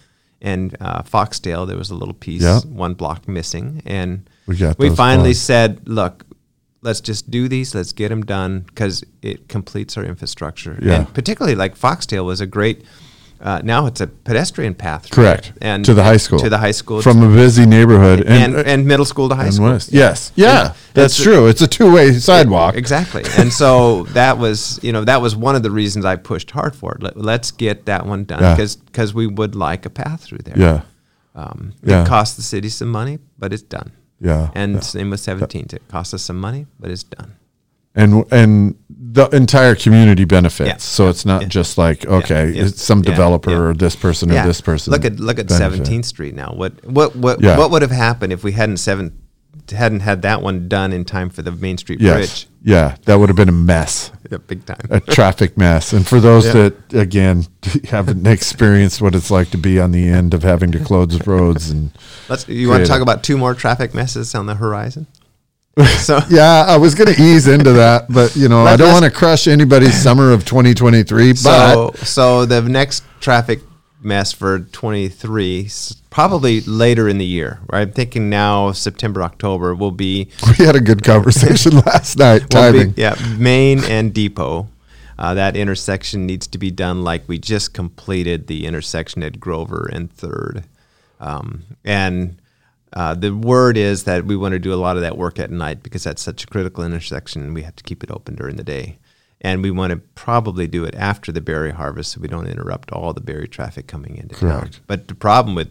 [SPEAKER 2] and uh, Foxdale. There was a little piece,
[SPEAKER 1] Yeah.
[SPEAKER 2] one block missing, and
[SPEAKER 1] We got
[SPEAKER 2] we
[SPEAKER 1] those
[SPEAKER 2] finally
[SPEAKER 1] ones.
[SPEAKER 2] said, look. Let's just do these. Let's get them done because it completes our infrastructure.
[SPEAKER 1] Yeah.
[SPEAKER 2] And particularly, like Foxtail was a great. Uh, now it's a pedestrian path. through
[SPEAKER 1] correct.
[SPEAKER 2] it. And
[SPEAKER 1] to the high school,
[SPEAKER 2] To the high school.
[SPEAKER 1] from a busy neighborhood,
[SPEAKER 2] and, and, middle school to high
[SPEAKER 1] uh, and
[SPEAKER 2] school.
[SPEAKER 1] west. Yes, yeah,
[SPEAKER 2] And
[SPEAKER 1] that's
[SPEAKER 2] it's-
[SPEAKER 1] true. It's a two-way sidewalk.
[SPEAKER 2] Exactly. And so that was, you know, that was one of the reasons I pushed hard for it. Let, let's get that one done
[SPEAKER 1] Yeah.
[SPEAKER 2] because we would like a path through there.
[SPEAKER 1] Yeah,
[SPEAKER 2] Um,
[SPEAKER 1] Yeah.
[SPEAKER 2] It cost the city some money, but it's done.
[SPEAKER 1] yeah.
[SPEAKER 2] And same with 17th. It cost us some money, but it's done.
[SPEAKER 1] and and the entire community benefits.
[SPEAKER 2] Yeah.
[SPEAKER 1] So it's not
[SPEAKER 2] Yeah.
[SPEAKER 1] just like okay,
[SPEAKER 2] Yeah.
[SPEAKER 1] it's some
[SPEAKER 2] Yeah.
[SPEAKER 1] developer
[SPEAKER 2] Yeah.
[SPEAKER 1] or this person or this person.
[SPEAKER 2] Look at look at
[SPEAKER 1] benefit.
[SPEAKER 2] Seventeenth Street now. What what what
[SPEAKER 1] Yeah.
[SPEAKER 2] what would have happened if we hadn't seven hadn't had that one done in time for the Main Street
[SPEAKER 1] Yes,
[SPEAKER 2] Bridge?
[SPEAKER 1] yeah, that would have been a mess.
[SPEAKER 2] Yeah, big time.
[SPEAKER 1] a traffic mess. And for those that again haven't experienced what it's like to be on the end of having to close roads and
[SPEAKER 2] Let's. You want to
[SPEAKER 1] Creative.
[SPEAKER 2] talk about two more traffic messes on the horizon? So
[SPEAKER 1] yeah, I was going to ease into that, but you know, I
[SPEAKER 2] Let-
[SPEAKER 1] don't
[SPEAKER 2] let's-
[SPEAKER 1] want to crush anybody's summer of 2023. But
[SPEAKER 2] so so the next traffic mess for 23 s- probably later in the year. Right? I'm thinking now September October will be
[SPEAKER 1] we had a good conversation last night.
[SPEAKER 2] will be-
[SPEAKER 1] Timing.
[SPEAKER 2] yeah, Main and Depot. Uh, that intersection needs to be done like we just completed the intersection at Grover and Third. Um, and uh, the word is that we want to do a lot of that work at night because that's such a critical intersection. We have to keep it open during the day. And we want to probably do it after the berry harvest so we don't interrupt all the berry traffic coming into
[SPEAKER 1] Correct.
[SPEAKER 2] town. But the problem with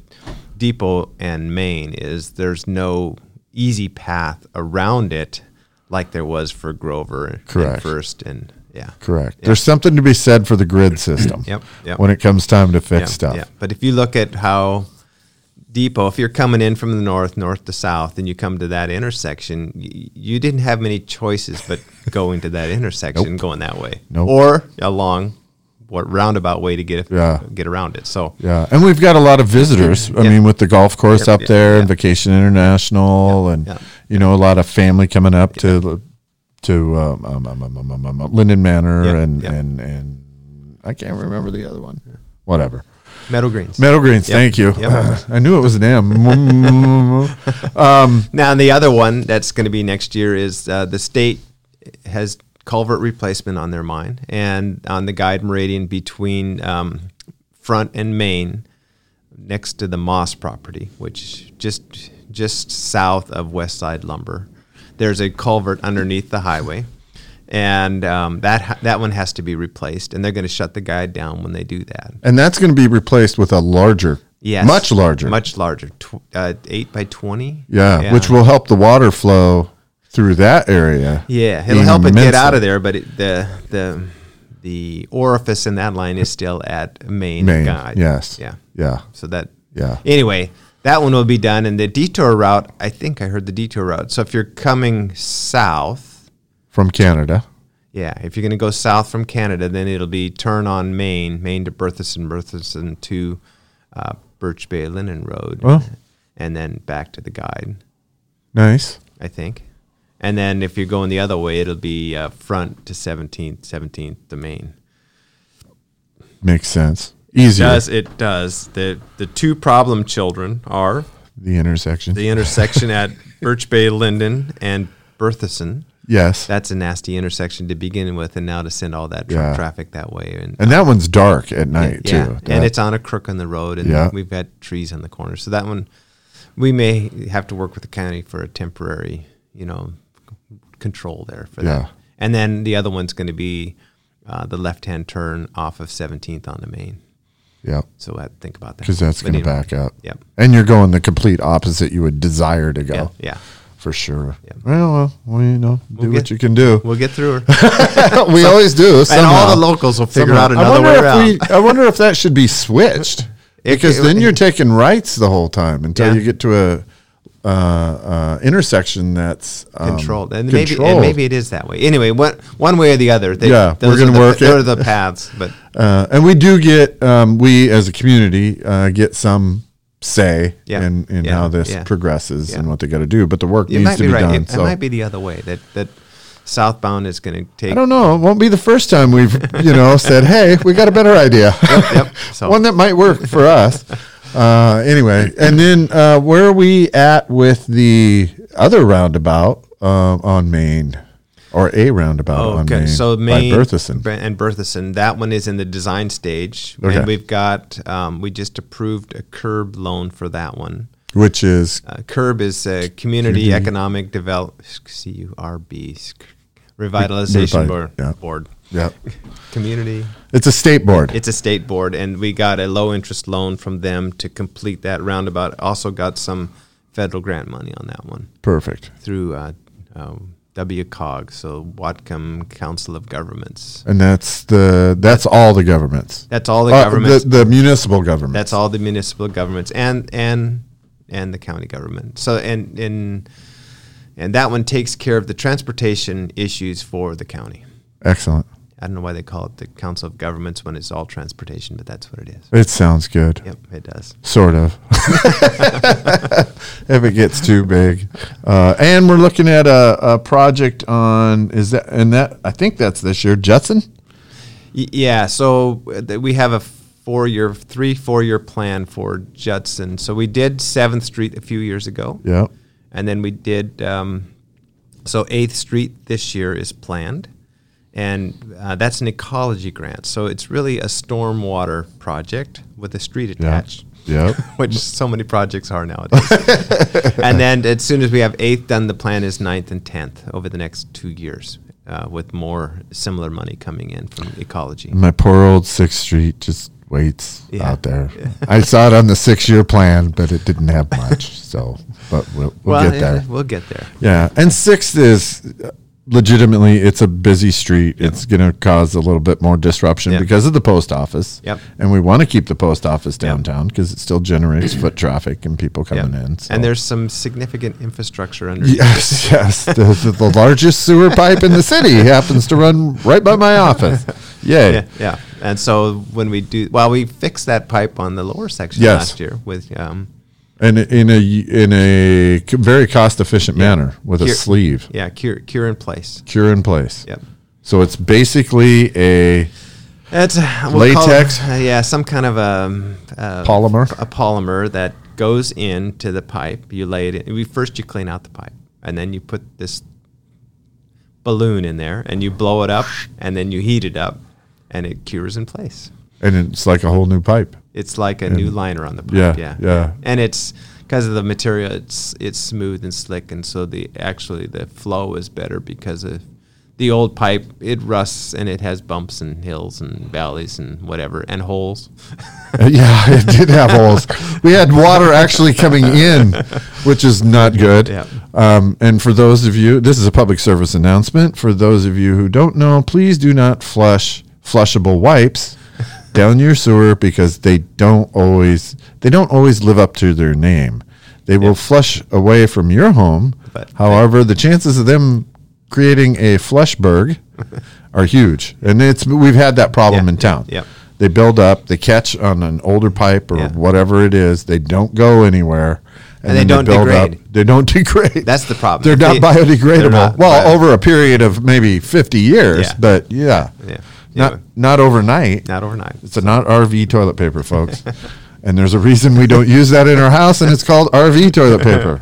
[SPEAKER 2] Depot and Maine is there's no easy path around it like there was for Grover
[SPEAKER 1] Correct.
[SPEAKER 2] and First and yeah.
[SPEAKER 1] Correct. There's something to be said for the grid system
[SPEAKER 2] Yep, yep.
[SPEAKER 1] when it comes time to fix
[SPEAKER 2] Yeah,
[SPEAKER 1] stuff.
[SPEAKER 2] yeah. But if you look at how Depot, if you're coming in from the north, north to south, and you come to that intersection, y- you didn't have many choices but going to that intersection, going that way,
[SPEAKER 1] Nope.
[SPEAKER 2] or along what roundabout way to get
[SPEAKER 1] Yeah.
[SPEAKER 2] get around it. So
[SPEAKER 1] Yeah, and we've got a lot of visitors. I
[SPEAKER 2] Yeah.
[SPEAKER 1] mean, with the golf course
[SPEAKER 2] Yeah,
[SPEAKER 1] up
[SPEAKER 2] yeah,
[SPEAKER 1] there and
[SPEAKER 2] yeah.
[SPEAKER 1] Vacation International, and
[SPEAKER 2] yeah.
[SPEAKER 1] you know, a lot of family coming up to to um, um, um, um, um, um, um, Linden Manor
[SPEAKER 2] Yeah,
[SPEAKER 1] and
[SPEAKER 2] yeah.
[SPEAKER 1] and and I can't remember the other one. Whatever.
[SPEAKER 2] Meadow Greens.
[SPEAKER 1] Meadow Greens.
[SPEAKER 2] Yep,
[SPEAKER 1] Thank you.
[SPEAKER 2] yep.
[SPEAKER 1] I knew it was an M.
[SPEAKER 2] Now, the other one that's going to be next year is uh, the state has culvert replacement on their mind, and on the guide meridian between um, Front and Main, next to the Moss property, which just just south of West Side Lumber, there's a culvert underneath the highway, and um, that ha- that one has to be replaced, and they're going to shut the guide down when they do that.
[SPEAKER 1] and that's going to be replaced with a larger
[SPEAKER 2] Yes.
[SPEAKER 1] Much larger.
[SPEAKER 2] Much larger. Tw- uh, 8 by 20.
[SPEAKER 1] Yeah, which will help the water flow through that area.
[SPEAKER 2] Yeah, it'll help it get out
[SPEAKER 1] immensely.
[SPEAKER 2] of there, but it, the the the orifice in that line is still at main,
[SPEAKER 1] Main,
[SPEAKER 2] guide.
[SPEAKER 1] yes.
[SPEAKER 2] Yeah.
[SPEAKER 1] Yeah.
[SPEAKER 2] So that
[SPEAKER 1] Yeah.
[SPEAKER 2] Anyway, that one will be done and the detour route, I think I heard the detour route. So if you're coming south,
[SPEAKER 1] From Canada.
[SPEAKER 2] yeah, if you're going to go south from Canada, then it'll be turn on Maine, Maine to Bertheson, Bertheson to uh, Birch Bay Linen Road,
[SPEAKER 1] Oh.
[SPEAKER 2] and then back to the guide.
[SPEAKER 1] Nice.
[SPEAKER 2] I think. And then if you're going the other way, it'll be uh, front to 17th, 17th to Maine.
[SPEAKER 1] Makes sense. Easier.
[SPEAKER 2] Does it does the the two problem children are
[SPEAKER 1] The intersection.
[SPEAKER 2] the intersection at Birch Bay Linden and Bertheson.
[SPEAKER 1] yes.
[SPEAKER 2] That's a nasty intersection to begin with, and now to send all that tra-
[SPEAKER 1] Yeah.
[SPEAKER 2] traffic that way and.
[SPEAKER 1] and that one's dark at night
[SPEAKER 2] yeah,
[SPEAKER 1] too.
[SPEAKER 2] and
[SPEAKER 1] That-
[SPEAKER 2] it's on a crook in the road, and
[SPEAKER 1] Yeah.
[SPEAKER 2] we've got trees on the corner. So that one, we may have to work with the county for a temporary, you know, c- control there for
[SPEAKER 1] Yeah.
[SPEAKER 2] that. And then the other one's going to be uh, the left-hand turn off of 17th on the main.
[SPEAKER 1] yeah,
[SPEAKER 2] So I have to think about that
[SPEAKER 1] because that's
[SPEAKER 2] But
[SPEAKER 1] going to
[SPEAKER 2] anyway,
[SPEAKER 1] back up.
[SPEAKER 2] Yep.
[SPEAKER 1] And you're going the complete opposite you would desire to go,
[SPEAKER 2] Yeah, yeah,
[SPEAKER 1] for sure.
[SPEAKER 2] Yeah.
[SPEAKER 1] Well, well, well, you know, do
[SPEAKER 2] We'll
[SPEAKER 1] what
[SPEAKER 2] get-
[SPEAKER 1] you can do.
[SPEAKER 2] we'll get through her,
[SPEAKER 1] we always do.
[SPEAKER 2] and
[SPEAKER 1] somehow.
[SPEAKER 2] all the locals will figure
[SPEAKER 1] Somehow.
[SPEAKER 2] out another
[SPEAKER 1] I
[SPEAKER 2] way
[SPEAKER 1] wonder
[SPEAKER 2] around.
[SPEAKER 1] if we- I wonder if that should be switched
[SPEAKER 2] It-
[SPEAKER 1] because
[SPEAKER 2] it-
[SPEAKER 1] then you're taking rights the whole time until
[SPEAKER 2] Yeah.
[SPEAKER 1] you get to a uh, uh, intersection that's um,
[SPEAKER 2] controlled. And maybe and
[SPEAKER 1] controlled.
[SPEAKER 2] maybe it is that way. Anyway, one one way or the other. They,
[SPEAKER 1] Yeah, we're
[SPEAKER 2] those are
[SPEAKER 1] gonna
[SPEAKER 2] the-
[SPEAKER 1] work it.
[SPEAKER 2] Those are the paths, but
[SPEAKER 1] Uh, and we do get um, we as a community uh, get some say
[SPEAKER 2] Yeah.
[SPEAKER 1] in, in
[SPEAKER 2] Yeah.
[SPEAKER 1] how this
[SPEAKER 2] Yeah.
[SPEAKER 1] progresses and
[SPEAKER 2] Yeah.
[SPEAKER 1] what they got to do, but the work
[SPEAKER 2] you
[SPEAKER 1] needs
[SPEAKER 2] might
[SPEAKER 1] to
[SPEAKER 2] be
[SPEAKER 1] be,
[SPEAKER 2] right.
[SPEAKER 1] done.
[SPEAKER 2] it, it
[SPEAKER 1] so
[SPEAKER 2] might be the other way that that southbound is going to take.
[SPEAKER 1] I don't know. It won't be the first time we've you know said, "Hey, we got a better idea."
[SPEAKER 2] Yep. So
[SPEAKER 1] One that might work for us. Uh, anyway, and then uh, where are we at with the other roundabout uh, on Main, or a roundabout
[SPEAKER 2] Oh,
[SPEAKER 1] on
[SPEAKER 2] okay.
[SPEAKER 1] Main?
[SPEAKER 2] so Maine
[SPEAKER 1] by Bertheson.
[SPEAKER 2] Ber- and Bertheson. That one is in the design stage,
[SPEAKER 1] Okay.
[SPEAKER 2] and we've got um, we just approved a curb loan for that one.
[SPEAKER 1] which is
[SPEAKER 2] Uh, curb is uh, community
[SPEAKER 1] CUB.
[SPEAKER 2] economic develop C U R B revitalization
[SPEAKER 1] Revi-
[SPEAKER 2] board.
[SPEAKER 1] yeah.
[SPEAKER 2] board.
[SPEAKER 1] yeah,
[SPEAKER 2] Community
[SPEAKER 1] it's a state board.
[SPEAKER 2] It's a state board, and we got a low interest loan from them to complete that roundabout. Also got some federal grant money on that one
[SPEAKER 1] Perfect.
[SPEAKER 2] through uh, um, WCOG, so Whatcom Council of Governments.
[SPEAKER 1] And that's the that's all the governments.
[SPEAKER 2] That's all the
[SPEAKER 1] Uh,
[SPEAKER 2] governments.
[SPEAKER 1] the, the municipal government.
[SPEAKER 2] that's all the municipal governments and and and the county government. So and and and that one takes care of the transportation issues for the county.
[SPEAKER 1] excellent.
[SPEAKER 2] I don't know why they call it the Council of Governments when it's all transportation, but that's what it is.
[SPEAKER 1] It sounds good.
[SPEAKER 2] Yep, it does.
[SPEAKER 1] Sort of. if it gets too big, uh, and we're looking at a, a project on is that and that I think that's this year Judson.
[SPEAKER 2] Y- Yeah, so uh, th- we have a four-year, three, four-year plan for Judson. So we did Seventh Street a few years ago,
[SPEAKER 1] Yep.
[SPEAKER 2] and then we did um, so Eighth Street this year is planned, and uh, that's an ecology grant. So it's really a stormwater project with a street attached.
[SPEAKER 1] Yep.
[SPEAKER 2] Which so many projects are nowadays. and then as soon as we have eighth done, the plan is ninth and tenth over the next two years, uh, with more similar money coming in from ecology.
[SPEAKER 1] My poor old Sixth Street just waits
[SPEAKER 2] Yeah.
[SPEAKER 1] out there. I saw it on the six-year plan, but it didn't have much. So, but we'll, we'll,
[SPEAKER 2] well,
[SPEAKER 1] get
[SPEAKER 2] yeah,
[SPEAKER 1] there.
[SPEAKER 2] We'll get there.
[SPEAKER 1] Yeah, and sixth is uh, legitimately it's a busy street. It's going to cause a little bit more disruption
[SPEAKER 2] Yeah.
[SPEAKER 1] because of the post office.
[SPEAKER 2] Yep.
[SPEAKER 1] and we want to keep the post office downtown because it still generates foot traffic and people
[SPEAKER 2] Yeah.
[SPEAKER 1] coming in. so-
[SPEAKER 2] And there's some significant infrastructure under.
[SPEAKER 1] yes, yes, the, the, the largest sewer pipe in the city happens to run right by my office. Yay!
[SPEAKER 2] Yeah, yeah. And so when we do, well, we fixed that pipe on the lower section
[SPEAKER 1] Yes.
[SPEAKER 2] last year with um,
[SPEAKER 1] And in a in a c- very cost efficient manner with a
[SPEAKER 2] Cure-
[SPEAKER 1] sleeve
[SPEAKER 2] yeah, cure cure in place.
[SPEAKER 1] cure in place.
[SPEAKER 2] Yep.
[SPEAKER 1] So it's basically a
[SPEAKER 2] That's we'll call it-
[SPEAKER 1] Latex?
[SPEAKER 2] uh, yeah, some kind of a, a
[SPEAKER 1] Polymer?
[SPEAKER 2] A polymer that goes into the pipe. You lay it in. We first you clean out the pipe, and then you put this balloon in there, and you blow it up, and then you heat it up, and it cures in place.
[SPEAKER 1] and it's like a whole new pipe.
[SPEAKER 2] It's like a new liner on the pipe.
[SPEAKER 1] Yeah,
[SPEAKER 2] Yeah,
[SPEAKER 1] yeah.
[SPEAKER 2] And it's because of the material. It's it's smooth and slick, and so the actually the flow is better because of the old pipe it rusts and it has bumps and hills and valleys and whatever and holes.
[SPEAKER 1] yeah, it did have holes. We had water actually coming in, which is not good.
[SPEAKER 2] Yeah.
[SPEAKER 1] Um, and for those of you, this is a public service announcement. For those of you who don't know, please do not flush flushable wipes down your sewer because they don't always they don't always live up to their name. They will flush away from your home.
[SPEAKER 2] But-
[SPEAKER 1] However, the chances of them creating a flushberg are huge, and it's we've had that problem
[SPEAKER 2] Yeah.
[SPEAKER 1] in town.
[SPEAKER 2] Yep.
[SPEAKER 1] They build up, they catch on an older pipe or
[SPEAKER 2] Yeah.
[SPEAKER 1] whatever it is. They don't go anywhere,
[SPEAKER 2] And they
[SPEAKER 1] then
[SPEAKER 2] don't degrade.
[SPEAKER 1] They don't degrade.
[SPEAKER 2] That's the problem.
[SPEAKER 1] they're
[SPEAKER 2] If
[SPEAKER 1] not
[SPEAKER 2] they-
[SPEAKER 1] biodegradable.
[SPEAKER 2] they're not
[SPEAKER 1] well,
[SPEAKER 2] bio-
[SPEAKER 1] over a period of maybe fifty years,
[SPEAKER 2] Yeah.
[SPEAKER 1] but yeah,
[SPEAKER 2] Yeah.
[SPEAKER 1] not
[SPEAKER 2] Anyway,
[SPEAKER 1] not overnight.
[SPEAKER 2] not overnight.
[SPEAKER 1] It's a not RV toilet paper, folks. and there's a reason we don't use that in our house, and it's called RV toilet paper.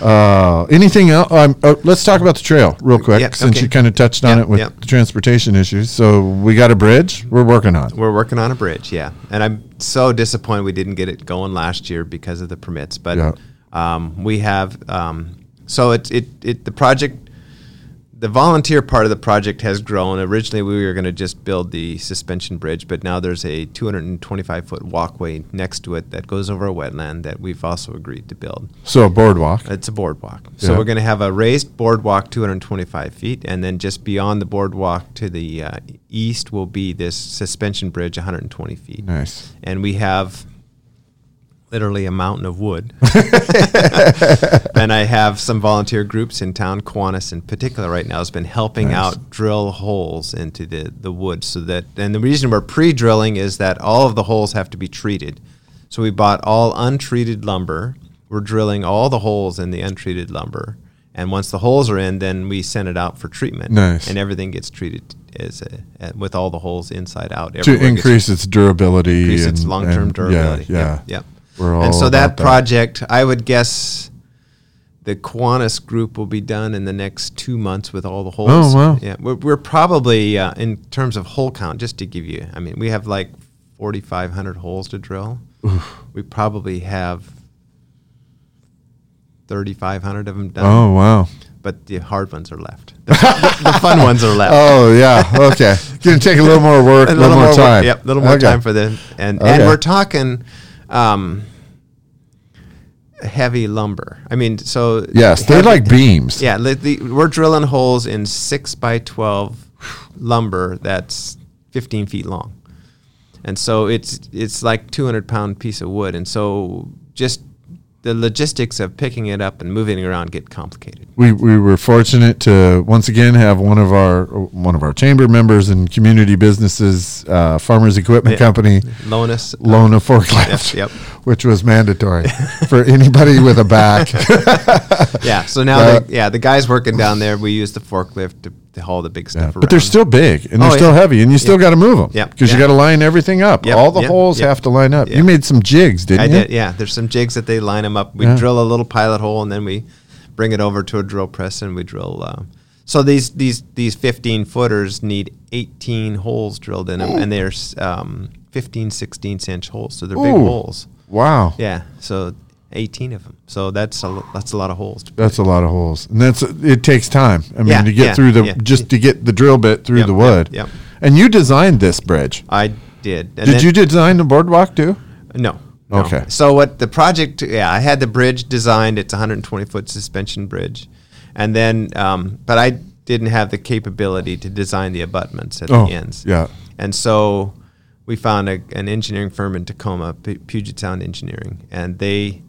[SPEAKER 1] Uh, anything else? Um, uh, let's talk about the trail real quick,
[SPEAKER 2] Yep,
[SPEAKER 1] since
[SPEAKER 2] okay.
[SPEAKER 1] you kind of touched on
[SPEAKER 2] Yep,
[SPEAKER 1] it with
[SPEAKER 2] yep.
[SPEAKER 1] the transportation issues. So we got a bridge we're working on.
[SPEAKER 2] We're working on a bridge, yeah. And I'm so disappointed we didn't get it going last year because of the permits. But
[SPEAKER 1] Yeah.
[SPEAKER 2] um, we have um, so it, it it the project the volunteer part of the project has grown. Originally, we were going to just build the suspension bridge, but now there's a 225 foot walkway next to it that goes over a wetland that we've also agreed to build.
[SPEAKER 1] So boardwalk.
[SPEAKER 2] It's a boardwalk. So
[SPEAKER 1] Yeah.
[SPEAKER 2] we're going to have a raised boardwalk, 225 feet, and then just beyond the boardwalk to the uh, east will be this suspension bridge, 120 feet.
[SPEAKER 1] Nice.
[SPEAKER 2] And we have literally a mountain of wood. and I have some volunteer groups in town, Kiwanis in particular, right now has been helping
[SPEAKER 1] Nice.
[SPEAKER 2] out drill holes into the, the wood so that, and the reason we're pre drilling is that all of the holes have to be treated. So we bought all untreated lumber. We're drilling all the holes in the untreated lumber. And once the holes are in, then we send it out for treatment.
[SPEAKER 1] Nice.
[SPEAKER 2] And everything gets treated as a, with all the holes inside out.
[SPEAKER 1] To
[SPEAKER 2] everywhere gets
[SPEAKER 1] increase its durability.
[SPEAKER 2] increase its
[SPEAKER 1] and-
[SPEAKER 2] long-term
[SPEAKER 1] and- yeah,
[SPEAKER 2] durability.
[SPEAKER 1] Yeah.
[SPEAKER 2] Yep. yep.
[SPEAKER 1] We're all
[SPEAKER 2] and so
[SPEAKER 1] about
[SPEAKER 2] that
[SPEAKER 1] that.
[SPEAKER 2] project, I would guess, the Qantas group will be done in the next two months with all the holes.
[SPEAKER 1] Oh, wow.
[SPEAKER 2] Yeah, we're, we're probably uh, in terms of hole count. Just to give you, I mean, we have like forty-five hundred holes to drill. We probably have thirty-five hundred of them done,
[SPEAKER 1] Oh, wow.
[SPEAKER 2] but the hard ones are left. The, the- the fun ones are left.
[SPEAKER 1] Oh, yeah. Okay. Gonna take a little more work, a little, more
[SPEAKER 2] work-
[SPEAKER 1] time.
[SPEAKER 2] Yep, a little more
[SPEAKER 1] Okay.
[SPEAKER 2] time for them. And
[SPEAKER 1] Okay.
[SPEAKER 2] and we're talking um, heavy lumber. I mean, so
[SPEAKER 1] Yes, they're
[SPEAKER 2] heavy-
[SPEAKER 1] like beams.
[SPEAKER 2] yeah. li- the, we're drilling holes in six by twelve lumber that's fifteen feet long, and so it's it's like two hundred pound piece of wood, and so just the logistics of picking it up and moving it around get complicated.
[SPEAKER 1] we, we were fortunate to once again have one of our one of our chamber members and community businesses, uh, Farmers Equipment
[SPEAKER 2] Yeah.
[SPEAKER 1] Company,
[SPEAKER 2] Lonus,
[SPEAKER 1] loan a forklift,
[SPEAKER 2] Yep, yep.
[SPEAKER 1] which was mandatory for anybody with a back.
[SPEAKER 2] yeah. So now,
[SPEAKER 1] Uh,
[SPEAKER 2] the, yeah, the guys working down there, we use the forklift to, to haul the big stuff around.
[SPEAKER 1] but they're still big and they're
[SPEAKER 2] Oh,
[SPEAKER 1] still
[SPEAKER 2] yeah.
[SPEAKER 1] heavy, and you still got to move them
[SPEAKER 2] Yeah,
[SPEAKER 1] because you
[SPEAKER 2] yeah.
[SPEAKER 1] got to line everything up.
[SPEAKER 2] Yep,
[SPEAKER 1] All the
[SPEAKER 2] yep,
[SPEAKER 1] holes
[SPEAKER 2] yep.
[SPEAKER 1] have to line up. You
[SPEAKER 2] Yeah.
[SPEAKER 1] made some jigs, didn't
[SPEAKER 2] I
[SPEAKER 1] you?
[SPEAKER 2] did. Yeah, there's some jigs that they line them up. We
[SPEAKER 1] Yeah.
[SPEAKER 2] drill a little pilot hole and then we bring it over to a drill press and we drill. Uh, so these these these 15 footers need 18 holes drilled in them, and they're s- um, 15 16 inch holes, so they're big
[SPEAKER 1] Ooh.
[SPEAKER 2] holes.
[SPEAKER 1] Wow,
[SPEAKER 2] Yeah, so 18 of them. So that's a lo- that's a lot of holes. To
[SPEAKER 1] that's a lot of holes, and that's it takes time. I mean,
[SPEAKER 2] Yeah,
[SPEAKER 1] to get
[SPEAKER 2] yeah,
[SPEAKER 1] through the
[SPEAKER 2] yeah.
[SPEAKER 1] just to get the drill bit through
[SPEAKER 2] Yep,
[SPEAKER 1] the
[SPEAKER 2] yep,
[SPEAKER 1] wood.
[SPEAKER 2] yep.
[SPEAKER 1] And you designed this bridge.
[SPEAKER 2] I did. And
[SPEAKER 1] Did
[SPEAKER 2] then-
[SPEAKER 1] you design the boardwalk too?
[SPEAKER 2] No. no.
[SPEAKER 1] Okay.
[SPEAKER 2] So what the project? Yeah, I had the bridge designed. It's a 120 foot suspension bridge, and then, um, but I didn't have the capability to design the abutments at
[SPEAKER 1] Oh,
[SPEAKER 2] the ends.
[SPEAKER 1] yeah.
[SPEAKER 2] And so we found a, an engineering firm in Tacoma, P- Puget Sound Engineering, and they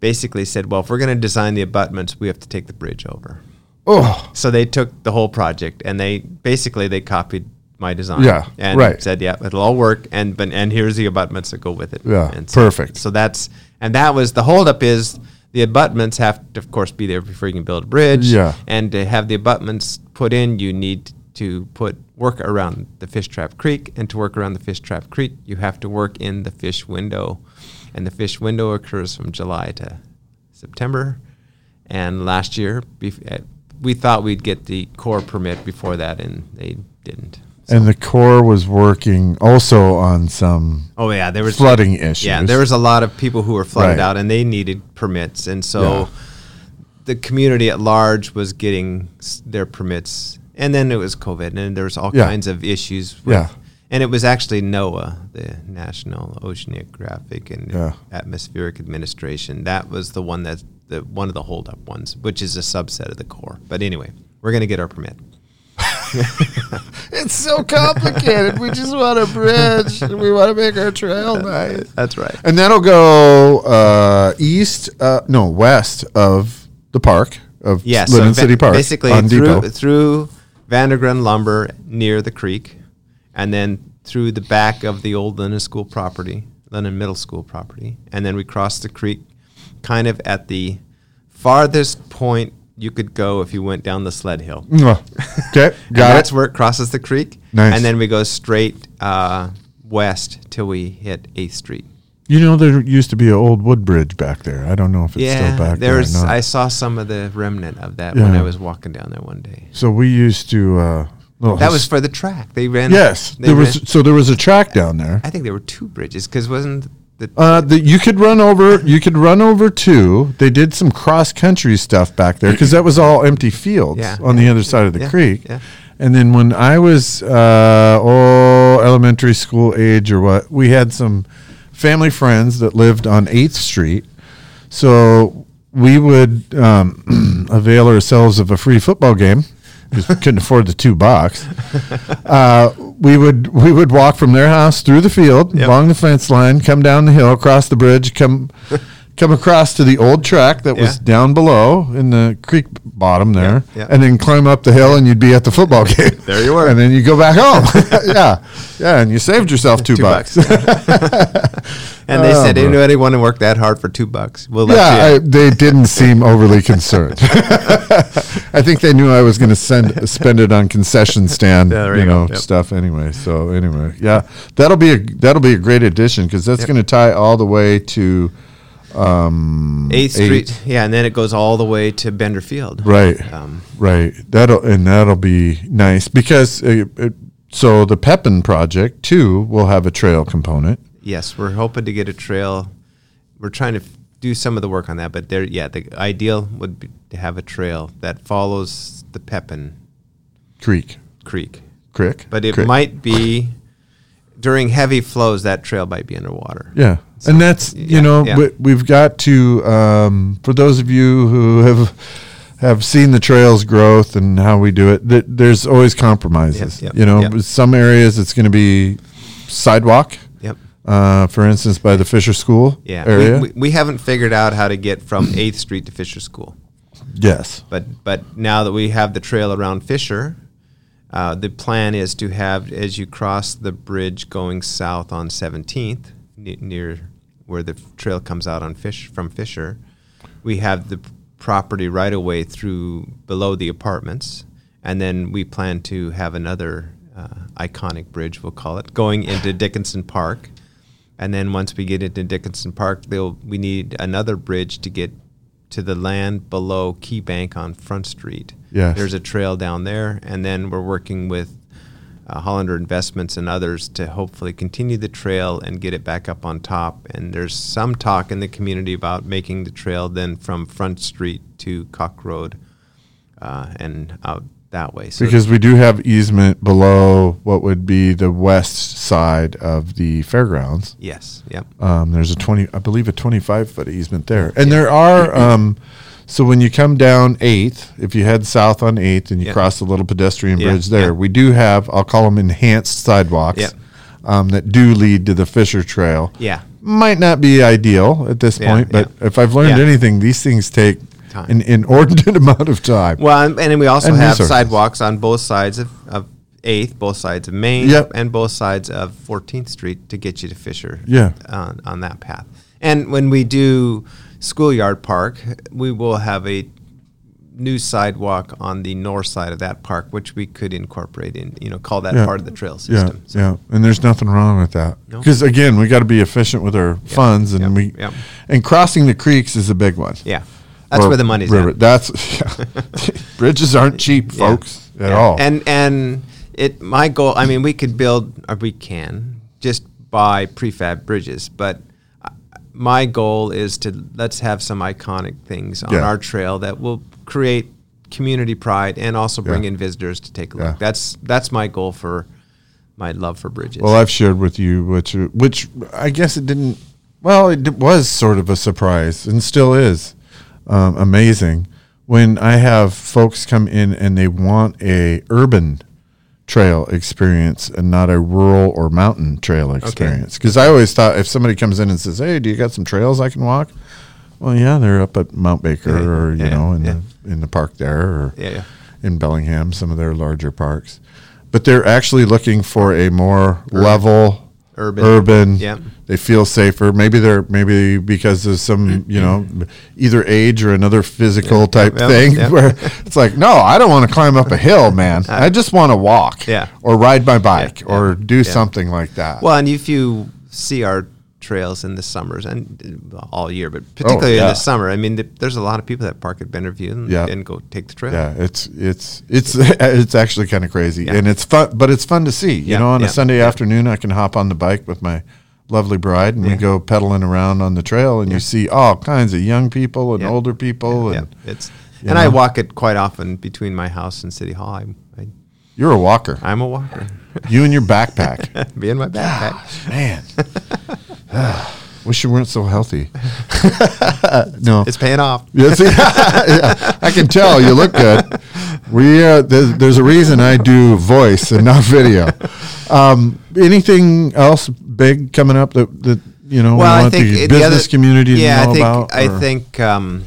[SPEAKER 2] basically said, "Well, if we're going to design the abutments, we have to take the bridge over."
[SPEAKER 1] Oh,
[SPEAKER 2] So they took the whole project and they basically they copied my design.
[SPEAKER 1] Yeah,
[SPEAKER 2] and
[SPEAKER 1] right.
[SPEAKER 2] Said yeah, it'll all work and but and here's the abutments that go with it.
[SPEAKER 1] Yeah,
[SPEAKER 2] and so,
[SPEAKER 1] perfect.
[SPEAKER 2] So that's and that was the holdup is the abutments have to of course be there before you can build a bridge.
[SPEAKER 1] Yeah.
[SPEAKER 2] and to have the abutments put in, you need to put work around the fish trap creek and to work around the fish trap creek, you have to work in the fish window, and the fish window occurs from July to September. And last year, bef- eh, we thought we'd get the core permit before that, and they didn't.
[SPEAKER 1] and the Corps was working also on some
[SPEAKER 2] Oh yeah, there was
[SPEAKER 1] flooding issues.
[SPEAKER 2] yeah, there was a lot of people who were flooded
[SPEAKER 1] Right.
[SPEAKER 2] out, and they needed permits, and so
[SPEAKER 1] Yeah.
[SPEAKER 2] the community at large was getting s- their permits and then it was COVID, and there was all
[SPEAKER 1] Yeah.
[SPEAKER 2] kinds of issues.
[SPEAKER 1] Yeah.
[SPEAKER 2] and it was actually NOAA, the National Oceanographic and
[SPEAKER 1] Yeah.
[SPEAKER 2] Atmospheric Administration. That was the one that the one of the holdup ones, which is a subset of the core. But anyway, we're gonna get our permit.
[SPEAKER 1] It's so complicated. we just want a bridge. and We want to make our trail nice.
[SPEAKER 2] That's right.
[SPEAKER 1] And that'll go uh, east, uh, no, west of the park of
[SPEAKER 2] Yeah, so
[SPEAKER 1] Linden
[SPEAKER 2] ba-
[SPEAKER 1] City Park.
[SPEAKER 2] Basically
[SPEAKER 1] on
[SPEAKER 2] through
[SPEAKER 1] Depot.
[SPEAKER 2] through Vandergren Lumber near the creek, and then through the back of the old Lennon School property, Lennon Middle School property, and then we crossed the creek, kind of at the farthest point you could go if you went down the sled hill.
[SPEAKER 1] Okay,
[SPEAKER 2] And
[SPEAKER 1] got
[SPEAKER 2] that's
[SPEAKER 1] Mm, it.
[SPEAKER 2] where it crosses the creek.
[SPEAKER 1] Nice.
[SPEAKER 2] And then we go straight uh, west till we hit Eighth Street.
[SPEAKER 1] You know, there used to be an old wood bridge back there. I don't know if it's
[SPEAKER 2] Yeah,
[SPEAKER 1] still back
[SPEAKER 2] there's.
[SPEAKER 1] there. or not.
[SPEAKER 2] I saw some of the remnant of that when
[SPEAKER 1] Yeah.
[SPEAKER 2] I was walking down there one day.
[SPEAKER 1] so we used to. Uh, little
[SPEAKER 2] That
[SPEAKER 1] his-
[SPEAKER 2] was for the track. They ran.
[SPEAKER 1] yes.
[SPEAKER 2] they
[SPEAKER 1] There was
[SPEAKER 2] ran-
[SPEAKER 1] so there was a track down there.
[SPEAKER 2] I think there were two bridges because wasn't the
[SPEAKER 1] Uh, the, you could run over. You could run over too. They did some cross country stuff back there because that was all empty fields
[SPEAKER 2] Yeah.
[SPEAKER 1] on the other side of the
[SPEAKER 2] Yeah,
[SPEAKER 1] creek.
[SPEAKER 2] yeah.
[SPEAKER 1] And then when I was uh, oh elementary school age or what, we had some family friends that lived on Eighth Street, so we would um, avail ourselves of a free football game because we couldn't afford the two bucks. Uh, we would we would walk from their house through the field
[SPEAKER 2] Yep.
[SPEAKER 1] along the fence line, come down the hill, cross the bridge, come come across to the old track that was
[SPEAKER 2] Yeah.
[SPEAKER 1] down below in the creek bottom there,
[SPEAKER 2] yeah.
[SPEAKER 1] and then climb up the hill, and you'd be at the football game.
[SPEAKER 2] There you were.
[SPEAKER 1] and then you go back home. yeah, yeah, and you saved yourself two, bucks.
[SPEAKER 2] and they said
[SPEAKER 1] Oh, bro.
[SPEAKER 2] anybody want to work that hard for two bucks? We'll let
[SPEAKER 1] yeah,
[SPEAKER 2] you.
[SPEAKER 1] I, they didn't seem overly concerned. I think they knew I was going to send spend it on concession stand,
[SPEAKER 2] Yeah, there
[SPEAKER 1] you
[SPEAKER 2] you go.
[SPEAKER 1] know,
[SPEAKER 2] Yep.
[SPEAKER 1] stuff anyway. So anyway, yeah, that'll be a that'll be a great addition because that's going to tie all the way to um,
[SPEAKER 2] Eighth
[SPEAKER 1] eight-
[SPEAKER 2] Street. Yeah, and then it goes all the way to Bender Field.
[SPEAKER 1] Right,
[SPEAKER 2] Um,
[SPEAKER 1] right. That'll and that'll be nice because uh it, so the Pepin project too will have a trail component.
[SPEAKER 2] yes, we're hoping to get a trail. We're trying to f- do some of the work on that, but there, yeah, the ideal would be to have a trail that follows the Pepin
[SPEAKER 1] Creek,
[SPEAKER 2] Creek,
[SPEAKER 1] crick,
[SPEAKER 2] but it
[SPEAKER 1] Crick.
[SPEAKER 2] might be during heavy flows that trail might be underwater.
[SPEAKER 1] Yeah. and that's, you
[SPEAKER 2] yeah,
[SPEAKER 1] know,
[SPEAKER 2] yeah.
[SPEAKER 1] We, we've got to, um, for those of you who have have seen the trails growth and how we do it, th- there's always compromises.
[SPEAKER 2] Yep, yep,
[SPEAKER 1] you know,
[SPEAKER 2] yep.
[SPEAKER 1] with some areas it's going to be sidewalk,
[SPEAKER 2] Yep.
[SPEAKER 1] uh, for instance, by the Fisher School
[SPEAKER 2] Yeah, we-
[SPEAKER 1] area.
[SPEAKER 2] We, we haven't figured out how to get from Eighth Street to Fisher School,
[SPEAKER 1] yes.
[SPEAKER 2] but but now that we have the trail around Fisher, uh, the plan is to have as you cross the bridge going south on Seventeenth near where the trail comes out on Fish from Fisher, we have the property right away through below the apartments, and then we plan to have another uh, iconic bridge, we'll call it, going into Dickinson Park. And then once we get into Dickinson Park, they'll, we need another bridge to get to the land below Key Bank on Front Street.
[SPEAKER 1] Yes.
[SPEAKER 2] There's a trail down there. And then we're working with uh, Hollander Investments and others to hopefully continue the trail and get it back up on top. And there's some talk in the community about making the trail then from Front Street to Cock Road uh, and out that way. So
[SPEAKER 1] Because we do have easement below what would be the west side of the fairgrounds.
[SPEAKER 2] yes, yep,
[SPEAKER 1] Um, there's a 20, I believe a 25 foot easement there. And there are, um, so when you come down 8th, if you head south on 8th and you
[SPEAKER 2] Yeah.
[SPEAKER 1] cross the little pedestrian
[SPEAKER 2] Yeah,
[SPEAKER 1] bridge there,
[SPEAKER 2] yeah.
[SPEAKER 1] we do have, I'll call them enhanced sidewalks
[SPEAKER 2] Yeah.
[SPEAKER 1] um, that do lead to the Fisher Trail.
[SPEAKER 2] yeah,
[SPEAKER 1] Might not be ideal at this
[SPEAKER 2] Yeah,
[SPEAKER 1] point, but
[SPEAKER 2] yeah.
[SPEAKER 1] if I've learned
[SPEAKER 2] Yeah.
[SPEAKER 1] anything, these things take
[SPEAKER 2] Time.
[SPEAKER 1] an inordinate amount of time.
[SPEAKER 2] Well, and, and then we also
[SPEAKER 1] And
[SPEAKER 2] have
[SPEAKER 1] resources.
[SPEAKER 2] sidewalks on both sides of, of 8th, both sides of Main,
[SPEAKER 1] Yep.
[SPEAKER 2] and both sides of 14th Street to get you to Fisher
[SPEAKER 1] Yeah.
[SPEAKER 2] on, on that path. And when we do Schoolyard Park, we will have a new sidewalk on the north side of that park, which we could incorporate in, you know, call that
[SPEAKER 1] Yeah.
[SPEAKER 2] part of the trail
[SPEAKER 1] yeah,
[SPEAKER 2] system. So-
[SPEAKER 1] yeah, and there's nothing wrong with that
[SPEAKER 2] No.
[SPEAKER 1] because again, we got to be efficient with our funds, and
[SPEAKER 2] yep,
[SPEAKER 1] we
[SPEAKER 2] yep.
[SPEAKER 1] and crossing the creeks is a big one.
[SPEAKER 2] yeah. That's
[SPEAKER 1] or
[SPEAKER 2] where the money's
[SPEAKER 1] river.
[SPEAKER 2] at.
[SPEAKER 1] That's yeah. bridges aren't cheap,
[SPEAKER 2] Yeah.
[SPEAKER 1] folks, at
[SPEAKER 2] Yeah.
[SPEAKER 1] all.
[SPEAKER 2] And and it my goal. I mean, we could build or we can just buy prefab bridges, but uh, my goal is to let's have some iconic things on
[SPEAKER 1] Yeah.
[SPEAKER 2] our trail that will create community pride and also bring
[SPEAKER 1] Yeah.
[SPEAKER 2] in visitors to take a
[SPEAKER 1] Yeah.
[SPEAKER 2] look. That's that's my goal for my love for bridges.
[SPEAKER 1] Well, I've shared with you which which I guess it didn't. Well, it d- was sort of a surprise and still is um, amazing when I have folks come in and they want a urban trail experience and not a rural or mountain trail experience. Because I always thought if somebody comes in and says, "Hey, do you got some trails I can walk?" Well, yeah, they're up at Mount Baker
[SPEAKER 2] Yeah,
[SPEAKER 1] or you
[SPEAKER 2] yeah,
[SPEAKER 1] know in
[SPEAKER 2] yeah.
[SPEAKER 1] the in the park there or
[SPEAKER 2] Mm-hmm. yeah, yeah.
[SPEAKER 1] in Bellingham, some of their larger parks. But they're actually looking for a more level
[SPEAKER 2] Urban.
[SPEAKER 1] urban.
[SPEAKER 2] Yep.
[SPEAKER 1] They feel safer. Maybe they're maybe because of some, you know, either age or another physical type
[SPEAKER 2] yep,
[SPEAKER 1] thing
[SPEAKER 2] yep.
[SPEAKER 1] where it's like, no, I don't want to climb up a hill, man. I just want to walk.
[SPEAKER 2] Yeah.
[SPEAKER 1] Or ride my bike
[SPEAKER 2] yeah,
[SPEAKER 1] or do something like that.
[SPEAKER 2] Well, and if you see our trails in the summers and uh, all year, but particularly in
[SPEAKER 1] Oh, yeah.
[SPEAKER 2] the summer, I mean, th- there's a lot of people that park at Benderview and,
[SPEAKER 1] Yeah.
[SPEAKER 2] and go take the trail.
[SPEAKER 1] yeah, it's it's it's it's actually kind of crazy, and it's fun, but it's fun to see. You
[SPEAKER 2] Yeah,
[SPEAKER 1] know, on
[SPEAKER 2] yeah,
[SPEAKER 1] a Sunday afternoon, I can hop on the bike with my lovely bride, and we go pedaling around on the trail, and you see all kinds of young people and
[SPEAKER 2] Yeah.
[SPEAKER 1] older people,
[SPEAKER 2] Yeah,
[SPEAKER 1] and
[SPEAKER 2] it's
[SPEAKER 1] You
[SPEAKER 2] and I
[SPEAKER 1] know?
[SPEAKER 2] walk it quite often between my house and City Hall. I, I,
[SPEAKER 1] you're a walker.
[SPEAKER 2] I'm a walker.
[SPEAKER 1] you and your backpack,
[SPEAKER 2] Be in my backpack.
[SPEAKER 1] man. Wish you weren't so healthy. no,
[SPEAKER 2] It's paying off.
[SPEAKER 1] Yeah, see, yeah, I can tell you look good. We uh, there's, there's a reason I do voice and not video. Um, anything else big coming up that, that you know we want the
[SPEAKER 2] it-
[SPEAKER 1] business
[SPEAKER 2] other-
[SPEAKER 1] community to
[SPEAKER 2] yeah,
[SPEAKER 1] know
[SPEAKER 2] I think,
[SPEAKER 1] about?
[SPEAKER 2] I
[SPEAKER 1] or-
[SPEAKER 2] think um,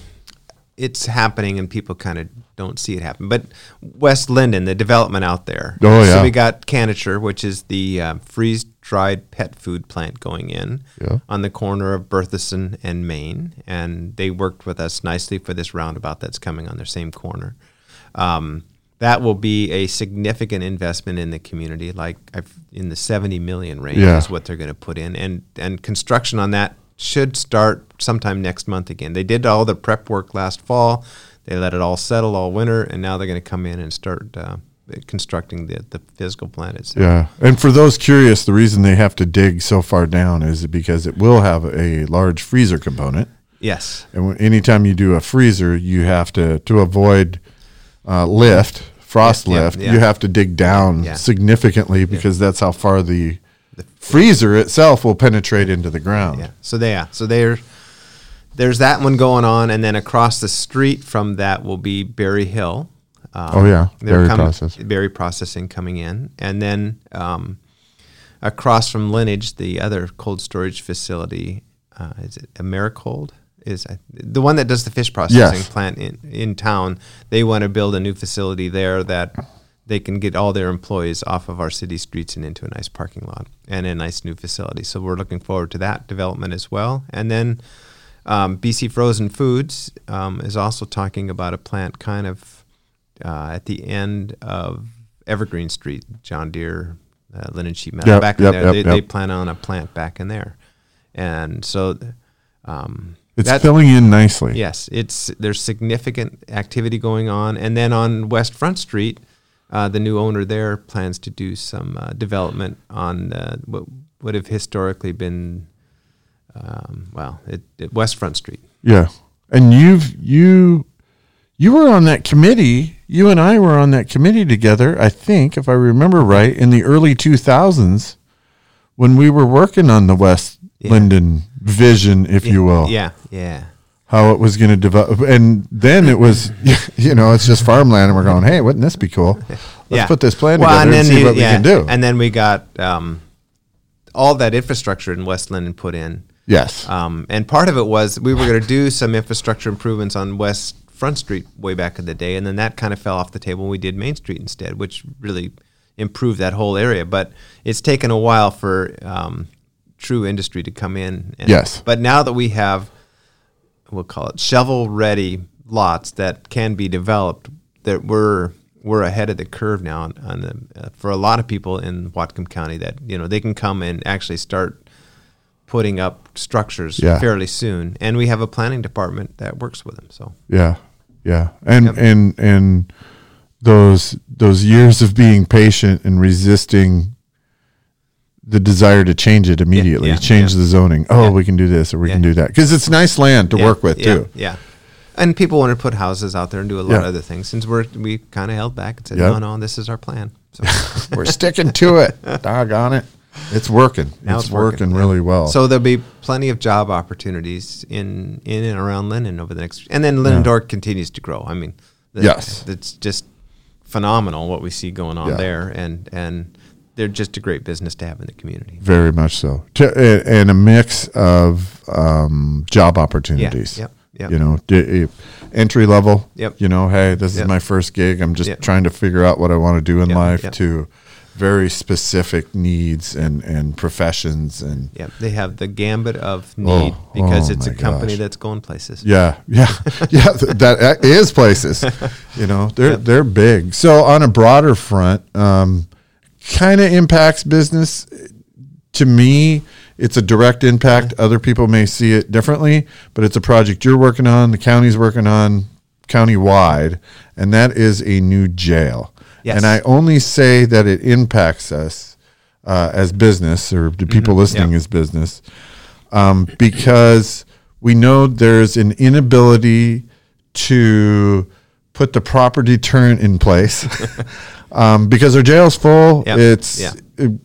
[SPEAKER 2] it's happening, and people kind of don't see it happen. But West Linden, the development out there.
[SPEAKER 1] Oh, yeah.
[SPEAKER 2] So we got Canature, which is the uh, freeze dried pet food plant going in
[SPEAKER 1] Yeah.
[SPEAKER 2] on the corner of Bertheson and Maine, and they worked with us nicely for this roundabout that's coming on their same corner. Um, that will be a significant investment in the community, like I've, in the seventy million range
[SPEAKER 1] Yeah.
[SPEAKER 2] is what they're going to put in, and and construction on that should start sometime next month again. They did all the prep work last fall, they let it all settle all winter, and now they're going to come in and start uh, constructing the the physical plant itself.
[SPEAKER 1] yeah, and for those curious, the reason they have to dig so far down is because it will have a large freezer component.
[SPEAKER 2] Yes.
[SPEAKER 1] And when, anytime you do a freezer, you have to to avoid uh, lift frost
[SPEAKER 2] Yeah, yeah,
[SPEAKER 1] lift.
[SPEAKER 2] yeah.
[SPEAKER 1] You have to dig down
[SPEAKER 2] Yeah.
[SPEAKER 1] significantly because that's how far the freezer itself will penetrate into the ground.
[SPEAKER 2] Yeah. So they yeah. So there, there's that one going on, and then across the street from that will be Berry Hill. Um,
[SPEAKER 1] Oh, yeah.
[SPEAKER 2] they're
[SPEAKER 1] Berry
[SPEAKER 2] coming-
[SPEAKER 1] process.
[SPEAKER 2] Berry processing coming in, and then um, across from Lineage, the other cold storage facility uh, is it Americold? Is I- the one that does the fish processing
[SPEAKER 1] Yes.
[SPEAKER 2] plant in, in town. They want to build a new facility there that they can get all their employees off of our city streets and into a nice parking lot and a nice new facility. So we're looking forward to that development as well. And then um, BC Frozen Foods um, is also talking about a plant kind of uh, at the end of Evergreen Street, John Deere, uh, Linen Sheet Metal.
[SPEAKER 1] Yep,
[SPEAKER 2] back in
[SPEAKER 1] yep,
[SPEAKER 2] there,
[SPEAKER 1] yep,
[SPEAKER 2] they,
[SPEAKER 1] yep.
[SPEAKER 2] they plan on a plant back in there, and so um,
[SPEAKER 1] It's
[SPEAKER 2] that-
[SPEAKER 1] filling in nicely.
[SPEAKER 2] Yes, it's there's significant activity going on, and then on West Front Street, uh, the new owner there plans to do some uh, development on uh, what would have historically been, um, well, it, it, West Front Street.
[SPEAKER 1] Yeah. And you've you you were on that committee. You and I were on that committee together, I think, if I remember right, in the early 2000s when we were working on the West
[SPEAKER 2] Yeah.
[SPEAKER 1] Linden vision, if you will.
[SPEAKER 2] Yeah, yeah.
[SPEAKER 1] how it was going to develop. And then it was, you know, it's just farmland, and we're going, hey, wouldn't this be cool? Let's
[SPEAKER 2] yeah.
[SPEAKER 1] put this plan
[SPEAKER 2] Well,
[SPEAKER 1] together and, see
[SPEAKER 2] you-
[SPEAKER 1] what
[SPEAKER 2] yeah,
[SPEAKER 1] we can do.
[SPEAKER 2] And then we got um, all that infrastructure in West Linden put in.
[SPEAKER 1] yes.
[SPEAKER 2] Um, and part of it was we were going to do some infrastructure improvements on West Front Street way back in the day, and then that kind of fell off the table. and We did Main Street instead, which really improved that whole area. But it's taken a while for um, true industry to come in. And,
[SPEAKER 1] Yes.
[SPEAKER 2] But now that we have, we'll call it shovel-ready lots that can be developed, that we're we're ahead of the curve now on, on the, uh, for a lot of people in Whatcom County that you know they can come and actually start putting up structures
[SPEAKER 1] Yeah.
[SPEAKER 2] fairly soon, and we have a planning department that works with them. So
[SPEAKER 1] yeah. Yeah. And, and, and those, those years of being patient and resisting the desire to change it immediately,
[SPEAKER 2] yeah,
[SPEAKER 1] change the zoning. Oh, we can do this or we
[SPEAKER 2] Yeah.
[SPEAKER 1] can do that. Cause it's nice land to work with
[SPEAKER 2] yeah,
[SPEAKER 1] too.
[SPEAKER 2] Yeah, And people want to put houses out there and do a lot of
[SPEAKER 1] Yeah.
[SPEAKER 2] other things. Since we're we kind of held back and said,
[SPEAKER 1] Yeah.
[SPEAKER 2] no, no, this is our plan. So,
[SPEAKER 1] We're sticking to it. Doggone it. It's working.
[SPEAKER 2] Now
[SPEAKER 1] it's,
[SPEAKER 2] it's
[SPEAKER 1] working,
[SPEAKER 2] working,
[SPEAKER 1] really well.
[SPEAKER 2] so there'll be plenty of job opportunities in in and around Linden over the next. And then Lindendorf continues to grow. I mean, the-
[SPEAKER 1] Yes.
[SPEAKER 2] it's just phenomenal what we see going on
[SPEAKER 1] Yeah.
[SPEAKER 2] there, and and they're just a great business to have in the community.
[SPEAKER 1] very much so. To, a- and a mix of um, job opportunities.
[SPEAKER 2] yep, yep.
[SPEAKER 1] You know, d- eh, entry level.
[SPEAKER 2] Yep.
[SPEAKER 1] You know, hey, this is
[SPEAKER 2] Yep.
[SPEAKER 1] my first gig. I'm just
[SPEAKER 2] Yep.
[SPEAKER 1] trying to figure out what I want to do in
[SPEAKER 2] Yep,
[SPEAKER 1] life
[SPEAKER 2] yep.
[SPEAKER 1] to very specific needs and, and professions and
[SPEAKER 2] Yeah, they have the gambit of need because
[SPEAKER 1] oh
[SPEAKER 2] it's a
[SPEAKER 1] my
[SPEAKER 2] company
[SPEAKER 1] gosh.
[SPEAKER 2] that's going places.
[SPEAKER 1] Yeah, yeah, yeah. th- that that is places. You know, they're they're big. So on a broader front, um, kind of impacts business. To me, it's a direct impact. Other people may see it differently, but it's a project you're working on, the county's working on, county wide, and that is a new jail.
[SPEAKER 2] Yes.
[SPEAKER 1] And I only say that it impacts us uh, as business or the people listening
[SPEAKER 2] Mm-hmm. yeah.
[SPEAKER 1] as business um, because we know there's an inability to put the proper deterrent in place um, because our jail's full.
[SPEAKER 2] Yep,
[SPEAKER 1] It's
[SPEAKER 2] yeah.
[SPEAKER 1] it-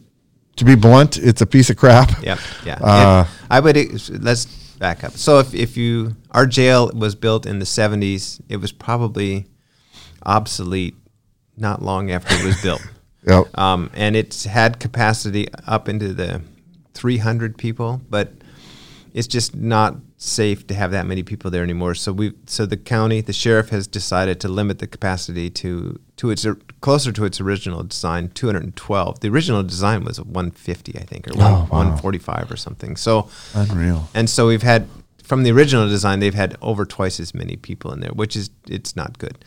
[SPEAKER 1] to be blunt, it's a piece of crap.
[SPEAKER 2] Yeah, yeah.
[SPEAKER 1] Uh,
[SPEAKER 2] If- I would ex- let's back up. So if if you our jail was built in the seventies, it was probably obsolete not long after it was built.
[SPEAKER 1] Yep.
[SPEAKER 2] Um, and it's had capacity up into the 300 people, but it's just not safe to have that many people there anymore. So we, so the county, the sheriff has decided to limit the capacity to to its or- closer to its original design, 212. The original design was 150, I think, or one-
[SPEAKER 1] Oh, wow.
[SPEAKER 2] 145 or something. So
[SPEAKER 1] Unreal.
[SPEAKER 2] and so we've had from the original design, they've had over twice as many people in there, which is it's not good.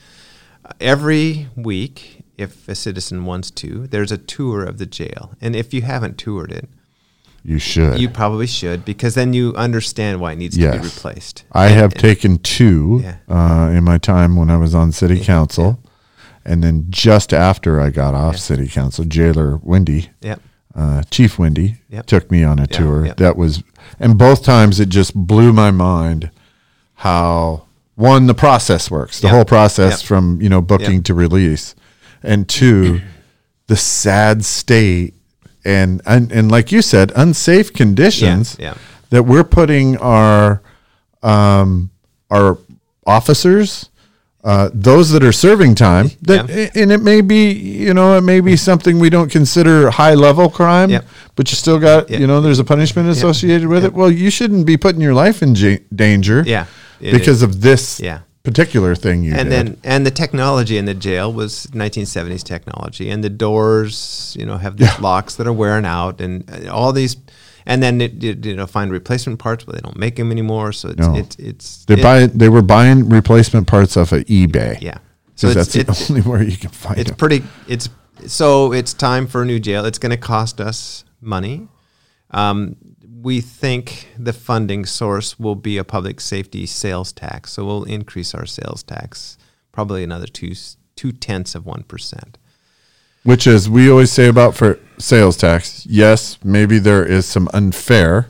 [SPEAKER 2] Uh, Every week, if a citizen wants to, there's a tour of the jail, and if you haven't toured it,
[SPEAKER 1] You should.
[SPEAKER 2] you probably should because then you understand why it needs to
[SPEAKER 1] Yes.
[SPEAKER 2] be replaced.
[SPEAKER 1] I
[SPEAKER 2] And-
[SPEAKER 1] have
[SPEAKER 2] and-
[SPEAKER 1] taken two
[SPEAKER 2] Yeah.
[SPEAKER 1] uh, in my time when I was on city council. And then just after I got off city council, jailer Wendy
[SPEAKER 2] Yeah,
[SPEAKER 1] uh, Chief Wendy
[SPEAKER 2] Yep.
[SPEAKER 1] took me on a tour.
[SPEAKER 2] yep.
[SPEAKER 1] That was, and both times it just blew my mind how one the process works, the
[SPEAKER 2] Yep.
[SPEAKER 1] whole process
[SPEAKER 2] Yep.
[SPEAKER 1] from you know booking
[SPEAKER 2] Yep.
[SPEAKER 1] to release, and two, the sad state and and, and like you said, unsafe conditions
[SPEAKER 2] yeah.
[SPEAKER 1] that we're putting our um, our officers, uh, those that are serving time, that,
[SPEAKER 2] Yeah.
[SPEAKER 1] and it may be you know it may be something we don't consider high level crime,
[SPEAKER 2] Yep.
[SPEAKER 1] but you still got
[SPEAKER 2] Yeah.
[SPEAKER 1] you know there's a punishment associated with it. Well, you shouldn't be putting your life in ja- danger,
[SPEAKER 2] Yeah. It
[SPEAKER 1] because of this
[SPEAKER 2] Yeah.
[SPEAKER 1] particular thing you
[SPEAKER 2] and
[SPEAKER 1] did.
[SPEAKER 2] then and the technology in the jail was 1970s technology and the doors you know have these locks that are wearing out and uh, all these and then it, it, you know find replacement parts but they don't make them anymore so it's
[SPEAKER 1] No.
[SPEAKER 2] it's, it's
[SPEAKER 1] they
[SPEAKER 2] it-
[SPEAKER 1] buy they were buying replacement parts off of eBay.
[SPEAKER 2] yeah so
[SPEAKER 1] Because that's
[SPEAKER 2] it's, it's,
[SPEAKER 1] the only where you can find
[SPEAKER 2] it's
[SPEAKER 1] them.
[SPEAKER 2] pretty it's so it's time for a new jail it's going to cost us money um, we think the funding source will be a public safety sales tax so we'll increase our sales tax probably another two s- two tenths of one percent
[SPEAKER 1] which is we always say about for sales tax yes maybe there is some unfair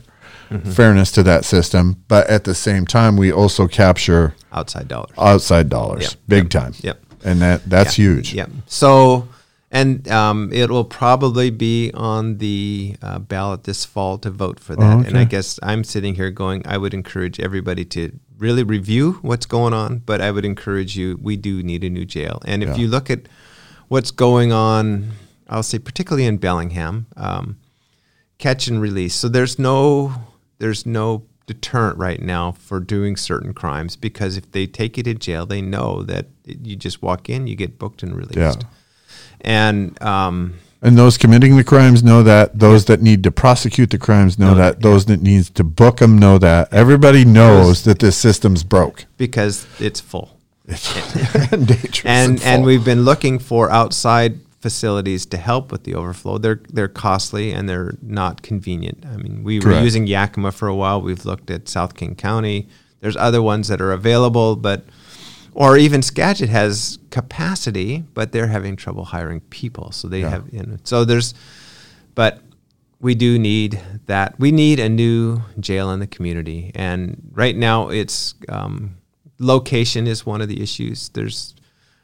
[SPEAKER 2] Mm-hmm.
[SPEAKER 1] fairness to that system but at the same time we also capture
[SPEAKER 2] outside dollars
[SPEAKER 1] outside dollars
[SPEAKER 2] Yep.
[SPEAKER 1] big
[SPEAKER 2] Yep.
[SPEAKER 1] time
[SPEAKER 2] Yep.
[SPEAKER 1] and that that's huge
[SPEAKER 2] Yep. So, and um, it will probably be on the uh, ballot this fall to vote for that. And I guess I'm sitting here going, I would encourage everybody to really review what's going on, but I would encourage you, we do need a new jail. And if you look at what's going on, I'll say, particularly in Bellingham, um, catch and release. So there's no there's no deterrent right now for doing certain crimes because if they take you to jail, they know that you just walk in, you get booked and released.
[SPEAKER 1] Yeah.
[SPEAKER 2] And um,
[SPEAKER 1] and those committing the crimes know that those that need to prosecute the crimes know that those that needs to book them know that everybody knows that this system's broke
[SPEAKER 2] because it's full.
[SPEAKER 1] and dangerous
[SPEAKER 2] and and
[SPEAKER 1] full.
[SPEAKER 2] we've been looking for outside facilities to help with the overflow. They're they're costly and they're not convenient. I mean, we
[SPEAKER 1] Correct.
[SPEAKER 2] were using Yakima for a while. We've looked at South King County. There's other ones that are available, but or even Skagit has capacity, but they're having trouble hiring people. So they have you know, so there's but we do need that. We need a new jail in the community, and right now it's um, location is one of the issues. There's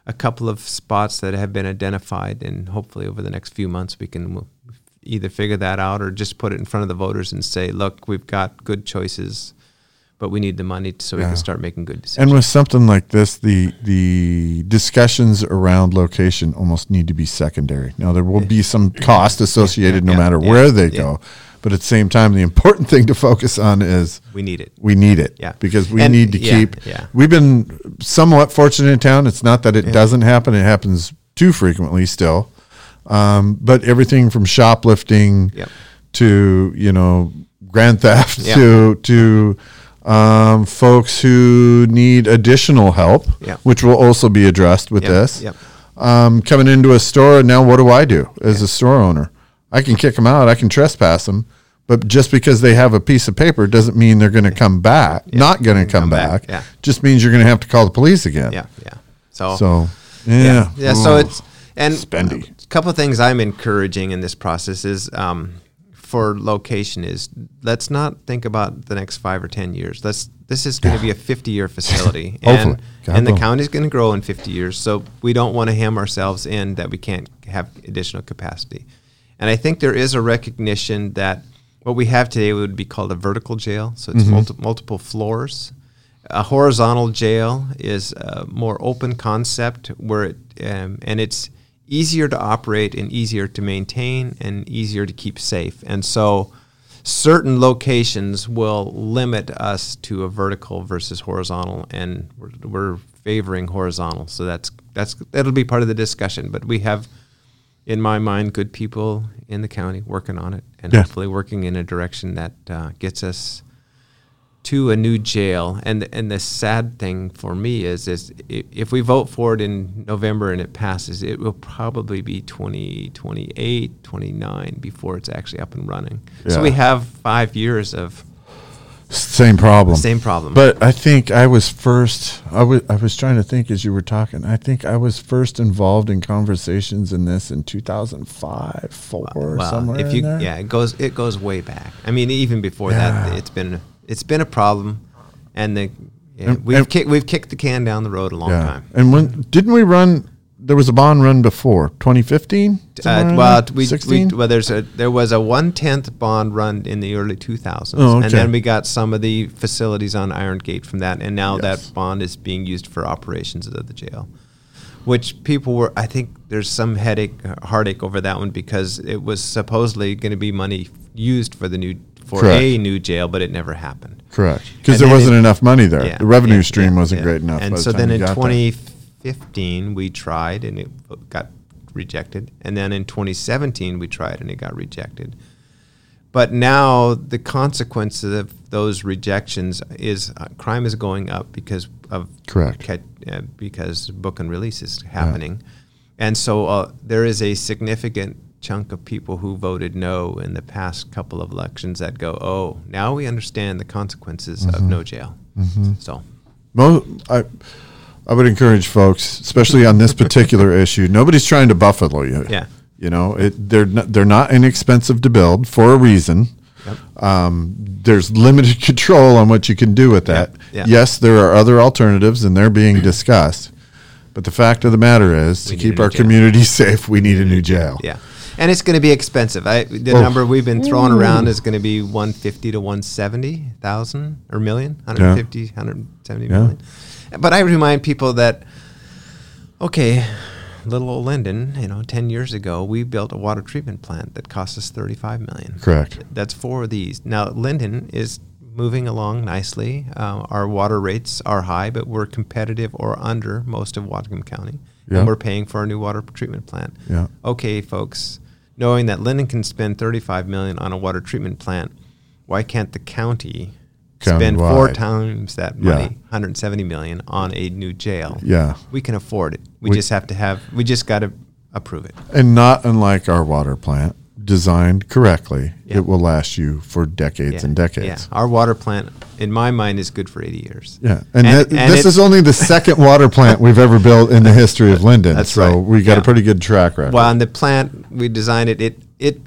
[SPEAKER 2] a couple of spots that have been identified, and hopefully over the next few months we can w- either figure that out or just put it in front of the voters and say, look, we've got good choices, but we need the money so we
[SPEAKER 1] Yeah.
[SPEAKER 2] can start making good decisions.
[SPEAKER 1] And with something like this, the the discussions around location almost need to be secondary. Now there will be some cost associated no
[SPEAKER 2] Yeah,
[SPEAKER 1] matter
[SPEAKER 2] yeah,
[SPEAKER 1] where they
[SPEAKER 2] yeah.
[SPEAKER 1] go, but at the same time, the important thing to focus on is
[SPEAKER 2] we need it.
[SPEAKER 1] we need it
[SPEAKER 2] Yeah.
[SPEAKER 1] because we
[SPEAKER 2] And-
[SPEAKER 1] need to
[SPEAKER 2] yeah,
[SPEAKER 1] keep.
[SPEAKER 2] yeah.
[SPEAKER 1] We've been somewhat fortunate in town. It's not that it doesn't happen; it happens too frequently still. Um, but everything from shoplifting
[SPEAKER 2] Yep.
[SPEAKER 1] to you know grand theft
[SPEAKER 2] Yeah.
[SPEAKER 1] to to um, folks who need additional help,
[SPEAKER 2] Yeah.
[SPEAKER 1] which will also be addressed with
[SPEAKER 2] Yep,
[SPEAKER 1] this.
[SPEAKER 2] yep.
[SPEAKER 1] Um, coming into a store and now, what do I do as a store owner? I can kick them out. I can trespass them. But just because they have a piece of paper doesn't mean they're going to come back. Not going to come, back.
[SPEAKER 2] back, yeah.
[SPEAKER 1] Just means you're going to have to call the police again.
[SPEAKER 2] Yeah, yeah.
[SPEAKER 1] So
[SPEAKER 2] yeah,
[SPEAKER 1] yeah.
[SPEAKER 2] yeah. So
[SPEAKER 1] Ooh.
[SPEAKER 2] it's and
[SPEAKER 1] Spendy.
[SPEAKER 2] A couple of things I'm encouraging in this process is um, for location is let's not think about the next five or ten years. Let's this is going to be a 50 year facility,
[SPEAKER 1] Hopefully.
[SPEAKER 2] and,
[SPEAKER 1] God
[SPEAKER 2] and the
[SPEAKER 1] willing.
[SPEAKER 2] county's going to grow in 50 years. So we don't want to ham ourselves in that we can't have additional capacity. And I think there is a recognition that what we have today would be called a vertical jail. So it's multi- multiple floors. A horizontal jail is a more open concept where it, um, and it's easier to operate and easier to maintain and easier to keep safe. And so certain locations will limit us to a vertical versus horizontal, and we're, we're favoring horizontal. So that's that's that'll be part of the discussion. But we have, in my mind, good people in the county working on it, and
[SPEAKER 1] Yeah.
[SPEAKER 2] hopefully working in a direction that uh, gets us to a new jail. And and the sad thing for me is is i- if we vote for it in November and it passes, it will probably be 2028, 29 before it's actually up and running. So we
[SPEAKER 1] Yeah.
[SPEAKER 2] have 5 years of
[SPEAKER 1] Same problem.
[SPEAKER 2] same problem.
[SPEAKER 1] Um, But I think I was first. I was I was trying to think as you were talking. I think I was first involved in conversations in this in 2005, four somewhere
[SPEAKER 2] if
[SPEAKER 1] in
[SPEAKER 2] you
[SPEAKER 1] there.
[SPEAKER 2] yeah, it goes it goes way back. I mean even before
[SPEAKER 1] Yeah.
[SPEAKER 2] that it's been it's been a problem and the yeah,
[SPEAKER 1] And-
[SPEAKER 2] we've
[SPEAKER 1] and-
[SPEAKER 2] kicked we've kicked the can down the road a long time.
[SPEAKER 1] And when didn't we run? There was a bond run before 2015. somewhere
[SPEAKER 2] Uh,
[SPEAKER 1] around
[SPEAKER 2] well,
[SPEAKER 1] there?
[SPEAKER 2] we, we
[SPEAKER 1] 16?
[SPEAKER 2] well, there's a there was a one tenth bond run in the early 2000s,
[SPEAKER 1] Oh, okay.
[SPEAKER 2] and then we got some of the facilities on Iron Gate from that, and now
[SPEAKER 1] Yes.
[SPEAKER 2] that bond is being used for operations of the jail, which people were. I think there's some headache heartache over that one because it was supposedly going to be money used for the new for
[SPEAKER 1] Correct.
[SPEAKER 2] a new jail, but it never happened.
[SPEAKER 1] correct because
[SPEAKER 2] And
[SPEAKER 1] there
[SPEAKER 2] then
[SPEAKER 1] wasn't
[SPEAKER 2] it-
[SPEAKER 1] enough money there.
[SPEAKER 2] Yeah,
[SPEAKER 1] the revenue
[SPEAKER 2] yeah,
[SPEAKER 1] stream
[SPEAKER 2] yeah,
[SPEAKER 1] wasn't
[SPEAKER 2] yeah.
[SPEAKER 1] great enough. by
[SPEAKER 2] And
[SPEAKER 1] the
[SPEAKER 2] so
[SPEAKER 1] time
[SPEAKER 2] then
[SPEAKER 1] we
[SPEAKER 2] in
[SPEAKER 1] got there.
[SPEAKER 2] 2015, we tried and it got rejected. And then in 2017, we tried and it got rejected. But now the consequence of those rejections is uh, crime is going up because of
[SPEAKER 1] Correct.
[SPEAKER 2] ca- uh, because book and release is happening, and so uh, there is a significant chunk of people who voted no in the past couple of elections that go, oh, now we understand the consequences
[SPEAKER 1] Mm-hmm.
[SPEAKER 2] of no jail. So
[SPEAKER 1] Mo I, I would encourage folks, especially on this particular issue. Nobody's trying to buffalo you.
[SPEAKER 2] Yeah.
[SPEAKER 1] You know, it, they're not, they're not inexpensive to build for a reason. Um, there's limited control on what you can do with that.
[SPEAKER 2] yeah.
[SPEAKER 1] Yes, there are other alternatives, and they're being discussed. But the fact of the matter is, to
[SPEAKER 2] We need
[SPEAKER 1] keep
[SPEAKER 2] a new
[SPEAKER 1] our
[SPEAKER 2] jail.
[SPEAKER 1] community safe, we need a new jail.
[SPEAKER 2] yeah, and it's going to be expensive. I the
[SPEAKER 1] Oh.
[SPEAKER 2] number we've been throwing around is going to be one fifty to one seventy thousand or million, 150, 170
[SPEAKER 1] Yeah.
[SPEAKER 2] million. But I remind people that okay, little old Linden, you know, ten years ago we built a water treatment plant that cost us thirty five million.
[SPEAKER 1] Correct.
[SPEAKER 2] That's four of these. Now, Linden is moving along nicely. Uh, our water rates are high, but we're competitive or under most of Whatcom County.
[SPEAKER 1] Yeah.
[SPEAKER 2] And we're paying for a new water treatment plant.
[SPEAKER 1] Yeah.
[SPEAKER 2] Okay, folks, knowing that Linden can spend 35 million on a water treatment plant, why can't the county spend four
[SPEAKER 1] Countywide.
[SPEAKER 2] times that
[SPEAKER 1] Yeah.
[SPEAKER 2] money, 170 million on a new jail?
[SPEAKER 1] Yeah.
[SPEAKER 2] We can afford it. We,
[SPEAKER 1] We-
[SPEAKER 2] just have to have we just got to approve it.
[SPEAKER 1] And not unlike our water plant, designed correctly,
[SPEAKER 2] Yeah.
[SPEAKER 1] it will last you for decades and decades.
[SPEAKER 2] Our water plant, in my mind, is good for 80 years.
[SPEAKER 1] Yeah, and,
[SPEAKER 2] And-
[SPEAKER 1] that,
[SPEAKER 2] and
[SPEAKER 1] this
[SPEAKER 2] it-
[SPEAKER 1] is only the second water plant we've ever built in the history of Linden.
[SPEAKER 2] That's
[SPEAKER 1] so
[SPEAKER 2] right.
[SPEAKER 1] we got a
[SPEAKER 2] Yeah.
[SPEAKER 1] pretty good track record.
[SPEAKER 2] Well, and the plant we designed it. It it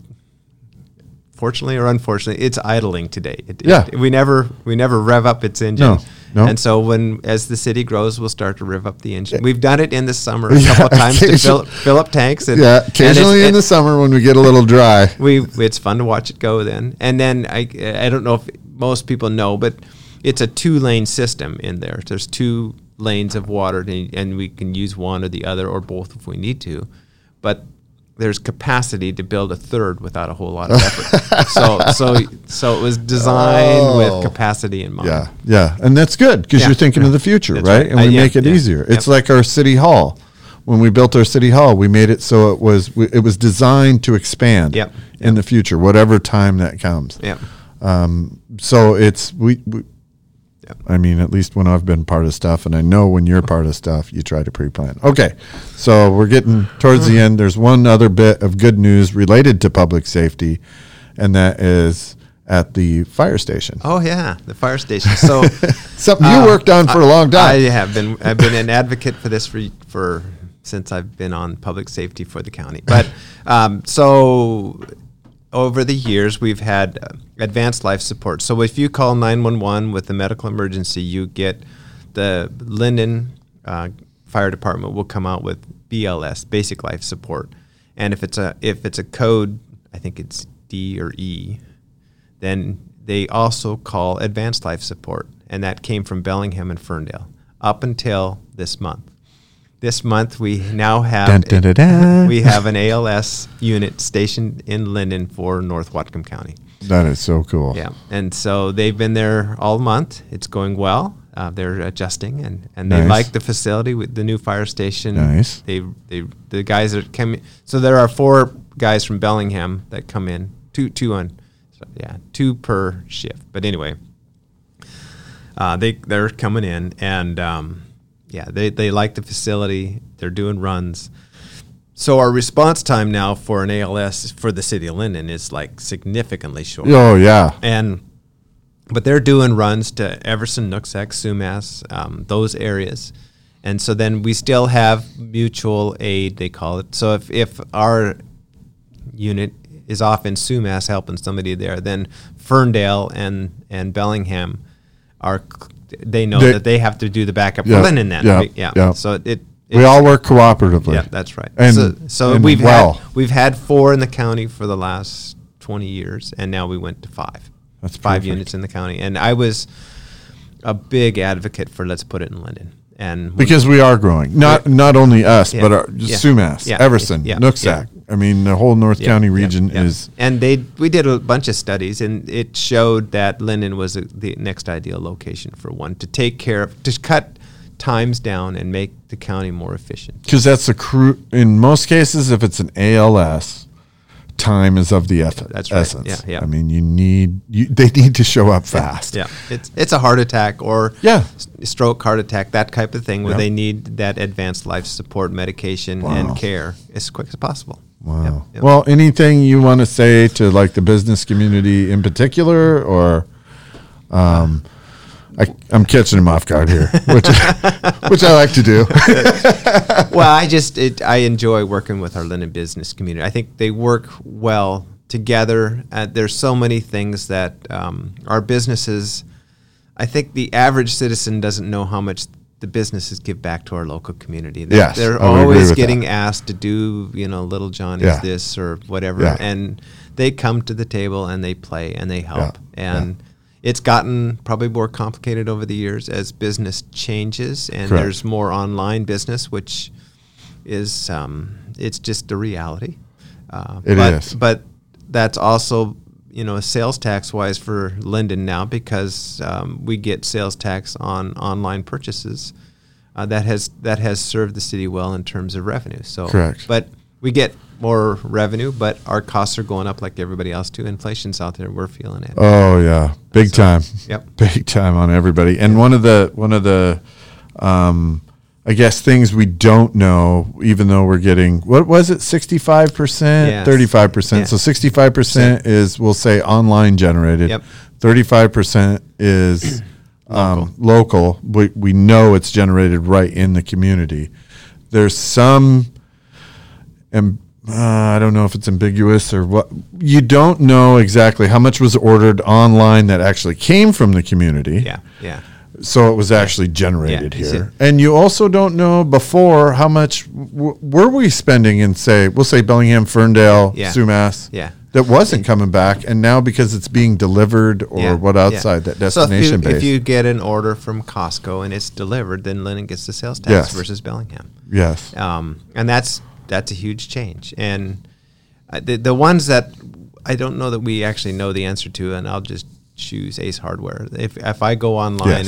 [SPEAKER 2] fortunately or unfortunately, it's idling today. It,
[SPEAKER 1] Yeah.
[SPEAKER 2] it- we never we never rev up its engine.
[SPEAKER 1] No. No.
[SPEAKER 2] And so when as the city grows, we'll start to rev up the engine. We've done it in the summer a couple of
[SPEAKER 1] Yeah,
[SPEAKER 2] times to fill,
[SPEAKER 1] occasion-
[SPEAKER 2] fill up tanks. And,
[SPEAKER 1] Yeah,
[SPEAKER 2] and it's-
[SPEAKER 1] occasionally in
[SPEAKER 2] it-
[SPEAKER 1] the summer when we get a little dry.
[SPEAKER 2] we it's fun to watch it go then. And then I I don't know if most people know, but it's a two lane system in there. There's two lanes of water, and and we can use one or the other or both if we need to, but there's capacity to build a third without a whole lot of effort. so so so it was designed
[SPEAKER 1] Oh.
[SPEAKER 2] with capacity in mind.
[SPEAKER 1] Yeah, yeah, and that's good because
[SPEAKER 2] Yeah,
[SPEAKER 1] you're thinking of the future,
[SPEAKER 2] That's
[SPEAKER 1] right?
[SPEAKER 2] right.
[SPEAKER 1] And
[SPEAKER 2] Uh,
[SPEAKER 1] we
[SPEAKER 2] yeah,
[SPEAKER 1] make it
[SPEAKER 2] yeah,
[SPEAKER 1] easier. It's
[SPEAKER 2] yep.
[SPEAKER 1] like our city hall. When we built our city hall, we made it so it was w- it was designed to expand
[SPEAKER 2] Yep,
[SPEAKER 1] in the future, whatever time that comes.
[SPEAKER 2] Yeah.
[SPEAKER 1] So it's we. we
[SPEAKER 2] Yep.
[SPEAKER 1] I mean, at least when I've been part of stuff, and I know when you're part of stuff, you try to pre-plan. Okay, so we're getting towards the end. There's one other bit of good news related to public safety, and that is at the fire station.
[SPEAKER 2] Oh yeah, the fire station. So
[SPEAKER 1] Something you
[SPEAKER 2] Uh,
[SPEAKER 1] worked on for a long
[SPEAKER 2] I
[SPEAKER 1] time.
[SPEAKER 2] have been I've been an advocate for this for for since I've been on public safety for the county. But um, so over the years we've had uh, advanced life support. So if you call 911 with a medical emergency, you get the Linden uh, Fire Department will come out with BLS, basic life support. And if it's a if it's a code, I think it's D or E then they also call advanced life support, and that came from Bellingham and Ferndale up until this month. This month, we now have
[SPEAKER 1] Dun, dun, dun, dun.
[SPEAKER 2] we have an ALS unit stationed in Linden for North Whatcom County.
[SPEAKER 1] that is so cool.
[SPEAKER 2] Yeah, and so they've been there all month. It's going well. Uh, they're adjusting, and, and they
[SPEAKER 1] Nice.
[SPEAKER 2] like the facility with the new fire station.
[SPEAKER 1] Nice.
[SPEAKER 2] They they the guys that come. So there are four guys from Bellingham that come in. Two two on, so yeah, two per shift. But anyway, uh, they they're coming in, and um, yeah, they they like the facility. They're doing runs. So our response time now for an ALS for the city of Linden is like significantly short
[SPEAKER 1] Oh yeah.
[SPEAKER 2] and but they're doing runs to Everson, Nooksack, Sumas, um, those areas, and so then we still have mutual aid they call it. So if if our unit is off in Sumas helping somebody there, then Ferndale and and Bellingham are c- they know
[SPEAKER 1] They-
[SPEAKER 2] that they have to do the backup
[SPEAKER 1] Yeah,
[SPEAKER 2] for Linden then.
[SPEAKER 1] yeah,
[SPEAKER 2] right? yeah.
[SPEAKER 1] yeah.
[SPEAKER 2] So it, it
[SPEAKER 1] We all work cooperatively.
[SPEAKER 2] yeah, that's right.
[SPEAKER 1] And-
[SPEAKER 2] so so
[SPEAKER 1] and
[SPEAKER 2] we've
[SPEAKER 1] well.
[SPEAKER 2] had we've had four in the county for the last twenty years, and now we went to five.
[SPEAKER 1] That's
[SPEAKER 2] five
[SPEAKER 1] perfect.
[SPEAKER 2] units in the county, and I was a big advocate for let's put it in Linden, and we-
[SPEAKER 1] because we are growing. Not not only us,
[SPEAKER 2] Yeah.
[SPEAKER 1] but our
[SPEAKER 2] Yeah.
[SPEAKER 1] Sumas,
[SPEAKER 2] Yeah.
[SPEAKER 1] Everson,
[SPEAKER 2] Yeah.
[SPEAKER 1] Nooksack. I mean, the whole North
[SPEAKER 2] yeah,
[SPEAKER 1] County
[SPEAKER 2] yeah,
[SPEAKER 1] region
[SPEAKER 2] yeah.
[SPEAKER 1] is
[SPEAKER 2] and they we did a bunch of studies, and it showed that Linden was the- the next ideal location for one to take care of to cut times down and make the county more efficient.
[SPEAKER 1] because that's a crew. In most cases, if it's an ALS, time is of the eff-
[SPEAKER 2] That's right.
[SPEAKER 1] essence.
[SPEAKER 2] Yeah, yeah.
[SPEAKER 1] I mean, you need you, they need to show up fast.
[SPEAKER 2] Yeah, it's it's a heart attack or
[SPEAKER 1] Yeah.
[SPEAKER 2] s- stroke, heart attack, that type of thing where
[SPEAKER 1] Yeah.
[SPEAKER 2] they need that advanced life support medication
[SPEAKER 1] Wow.
[SPEAKER 2] and care as quick as possible.
[SPEAKER 1] Wow.
[SPEAKER 2] Yep, yep.
[SPEAKER 1] Well, anything you want to say to like the business community in particular, or um, I, I'm catching him off guard here, which which I like to do.
[SPEAKER 2] well, I just it, I enjoy working with our Linden business community. I think they work well together. Uh, there's so many things that um, our businesses. I think the average citizen doesn't know how much the businesses give back to our local community. They're,
[SPEAKER 1] Yes,
[SPEAKER 2] they're
[SPEAKER 1] I would agree
[SPEAKER 2] always
[SPEAKER 1] with
[SPEAKER 2] getting
[SPEAKER 1] that.
[SPEAKER 2] asked to do you know little Johnny's
[SPEAKER 1] Yeah.
[SPEAKER 2] this or whatever,
[SPEAKER 1] Yeah.
[SPEAKER 2] and they come to the table and they play and they help
[SPEAKER 1] yeah.
[SPEAKER 2] and. It's gotten probably more complicated over the years as business changes and
[SPEAKER 1] Correct.
[SPEAKER 2] there's more online business, which is um, it's just a reality. Uh,
[SPEAKER 1] It
[SPEAKER 2] but,
[SPEAKER 1] is.
[SPEAKER 2] but that's also you know sales tax wise for Linden now because um, we get sales tax on online purchases. Uh, that has that has served the city well in terms of revenue. So
[SPEAKER 1] Correct.
[SPEAKER 2] but we get more revenue, but our costs are going up like everybody else too. Inflation's out there; we're feeling it.
[SPEAKER 1] Oh yeah, big time.
[SPEAKER 2] Yep.
[SPEAKER 1] big time on everybody. And one of the one of the, um, I guess things we don't know, even though we're getting what was it, sixty five percent,
[SPEAKER 2] Yes.
[SPEAKER 1] thirty five percent.
[SPEAKER 2] Yeah.
[SPEAKER 1] So sixty five percent is we'll say online generated.
[SPEAKER 2] Yep.
[SPEAKER 1] Thirty five percent is um, local. We we know it's generated right in the community. There's some and uh, I don't know if it's ambiguous or what. You don't know exactly how much was ordered online that actually came from the community.
[SPEAKER 2] yeah, yeah.
[SPEAKER 1] So it was actually generated
[SPEAKER 2] Yeah, it's
[SPEAKER 1] here. And you also don't know before how much w- were we spending in say we'll say Bellingham, Ferndale,
[SPEAKER 2] Yeah.
[SPEAKER 1] Sumas.
[SPEAKER 2] Yeah.
[SPEAKER 1] That wasn't coming back and now because it's being delivered or
[SPEAKER 2] Yeah,
[SPEAKER 1] what
[SPEAKER 2] yeah.
[SPEAKER 1] outside that
[SPEAKER 2] So if you-
[SPEAKER 1] destination base.
[SPEAKER 2] If you get an order from Costco and it's delivered, then Lennon gets the sales tax
[SPEAKER 1] Yes.
[SPEAKER 2] versus Bellingham.
[SPEAKER 1] yes.
[SPEAKER 2] um, and that's that's a huge change. And uh, the the ones that I don't know that we actually know the answer to, and I'll just choose Ace Hardware. If if I go online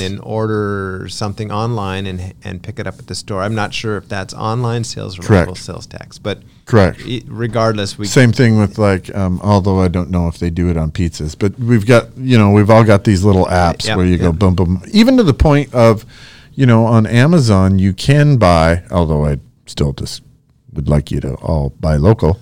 [SPEAKER 1] Yes.
[SPEAKER 2] and order something online and and pick it up at the store, I'm not sure if that's online sales or
[SPEAKER 1] Correct.
[SPEAKER 2] local sales tax, but
[SPEAKER 1] Correct.
[SPEAKER 2] i- regardless, we
[SPEAKER 1] Same thing with like, um, although I don't know if they do it on pizzas, but we've got, you know, we've all got these little apps
[SPEAKER 2] Yep,
[SPEAKER 1] where you go
[SPEAKER 2] yep.
[SPEAKER 1] boom, boom. Even to the point of, you know, on Amazon, you can buy, although I still just would like you to all buy local.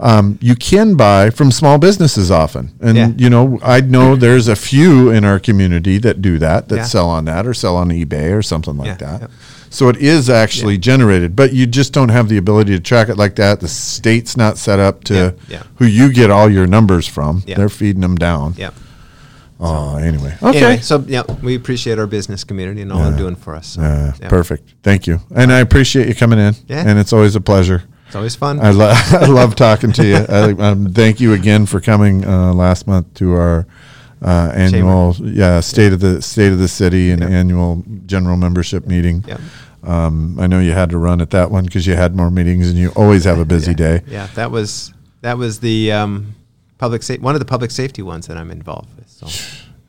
[SPEAKER 1] Um, you can buy from small businesses often. And,
[SPEAKER 2] Yeah.
[SPEAKER 1] you know, I know there's a few in our community that do that, that
[SPEAKER 2] Yeah.
[SPEAKER 1] sell on that or sell on eBay or something like
[SPEAKER 2] Yeah,
[SPEAKER 1] that.
[SPEAKER 2] yep.
[SPEAKER 1] So it is actually generated, but you just don't have the ability to track it like that. The state's not set up to
[SPEAKER 2] Yeah, yeah.
[SPEAKER 1] who you get all your numbers from.
[SPEAKER 2] Yeah.
[SPEAKER 1] They're feeding them down.
[SPEAKER 2] yeah.
[SPEAKER 1] Oh, anyway. Okay.
[SPEAKER 2] Anyway, so yeah, we appreciate our business community and all they're doing for us. So,
[SPEAKER 1] Uh,
[SPEAKER 2] yeah.
[SPEAKER 1] Perfect. Thank you. And I appreciate you coming in.
[SPEAKER 2] Yeah.
[SPEAKER 1] And it's always a pleasure.
[SPEAKER 2] It's always fun.
[SPEAKER 1] I, lo- I love talking to you. I, um, thank you again for coming uh, last month to our uh, annual yeah, state of the state of the city and annual general membership meeting.
[SPEAKER 2] Yeah.
[SPEAKER 1] Um, I know you had to run at that one because you had more meetings and you always have a busy day.
[SPEAKER 2] Yeah, that was that was the um, public sa- one of the public safety ones that I'm involved with. So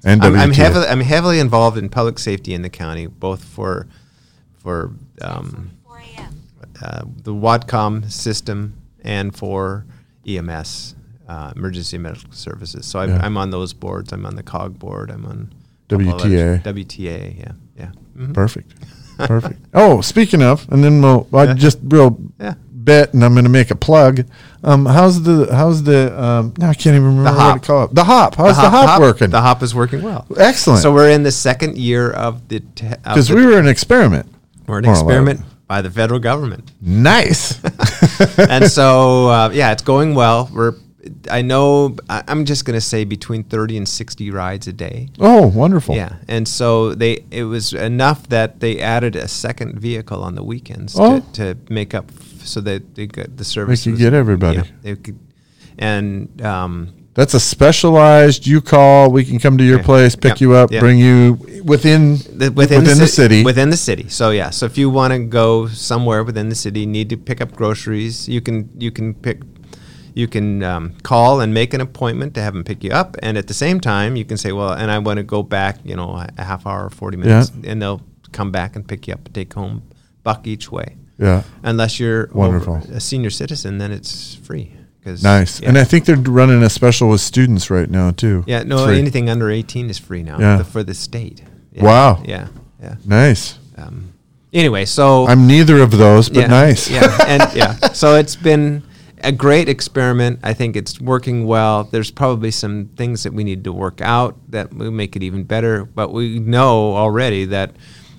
[SPEAKER 1] And
[SPEAKER 2] I'm, I'm
[SPEAKER 1] WTF.
[SPEAKER 2] heavily I'm heavily involved in public safety in the county, both for for um,
[SPEAKER 3] 4 a.m.
[SPEAKER 2] uh, the WADCOM system and for EMS uh, emergency medical services. So I'm,
[SPEAKER 1] Yeah.
[SPEAKER 2] I'm on those boards. I'm on the COG board. I'm on a couple others.
[SPEAKER 1] WTA.
[SPEAKER 2] WTA. Yeah, yeah, Mhm.
[SPEAKER 1] Perfect. Perfect. oh, speaking of, and then we'll I
[SPEAKER 2] Yeah.
[SPEAKER 1] just real
[SPEAKER 2] yeah.
[SPEAKER 1] bit, and I'm going to make a plug. Um, how's the how's the um, now I can't even remember what
[SPEAKER 2] hop.
[SPEAKER 1] to call it. The hop. How's the hop, working?
[SPEAKER 2] The hop is working well.
[SPEAKER 1] Excellent.
[SPEAKER 2] So we're in the second year of the te- of
[SPEAKER 1] Because
[SPEAKER 2] the
[SPEAKER 1] we were an experiment.
[SPEAKER 2] We're an
[SPEAKER 1] More or less.
[SPEAKER 2] experiment by the federal government,
[SPEAKER 1] Nice.
[SPEAKER 2] and so uh, yeah, it's going well. We're I know I- I'm just going to say between 30 and 60 rides a day.
[SPEAKER 1] oh, wonderful.
[SPEAKER 2] Yeah, and so they it was enough that they added a second vehicle on the weekends
[SPEAKER 1] Oh.
[SPEAKER 2] to, to make up f- so that they got the service.
[SPEAKER 1] could
[SPEAKER 2] was-
[SPEAKER 1] get everybody.
[SPEAKER 2] yeah, they could, and um,
[SPEAKER 1] That's a specialized. You call. We can come to your
[SPEAKER 2] Yeah.
[SPEAKER 1] place, pick
[SPEAKER 2] Yep.
[SPEAKER 1] you up,
[SPEAKER 2] Yep.
[SPEAKER 1] bring you within
[SPEAKER 2] the,
[SPEAKER 1] within, the city.
[SPEAKER 2] Within the city. So yeah. So if you want to go somewhere within the city, need to pick up groceries, you can you can pick you can um, call and make an appointment to have them pick you up, and at the same time, you can say, well, and I want to go back, you know, a half hour or forty minutes, and they'll come back and pick you up, take home buck each way.
[SPEAKER 1] yeah.
[SPEAKER 2] Unless you're over-
[SPEAKER 1] Wonderful.
[SPEAKER 2] a senior citizen, then it's free. 'cause-
[SPEAKER 1] Nice.
[SPEAKER 2] yeah.
[SPEAKER 1] And I think they're running a special with students right now too.
[SPEAKER 2] yeah, no,
[SPEAKER 1] Free.
[SPEAKER 2] anything under eighteen is free now
[SPEAKER 1] Yeah.
[SPEAKER 2] for the state. Yeah,
[SPEAKER 1] Wow.
[SPEAKER 2] Yeah. Yeah.
[SPEAKER 1] Nice.
[SPEAKER 2] Um, anyway, so
[SPEAKER 1] I'm neither of those, but
[SPEAKER 2] yeah,
[SPEAKER 1] nice.
[SPEAKER 2] yeah, and yeah. So it's been a great experiment. I think it's working well. There's probably some things that we need to work out that will make it even better. But we know already that,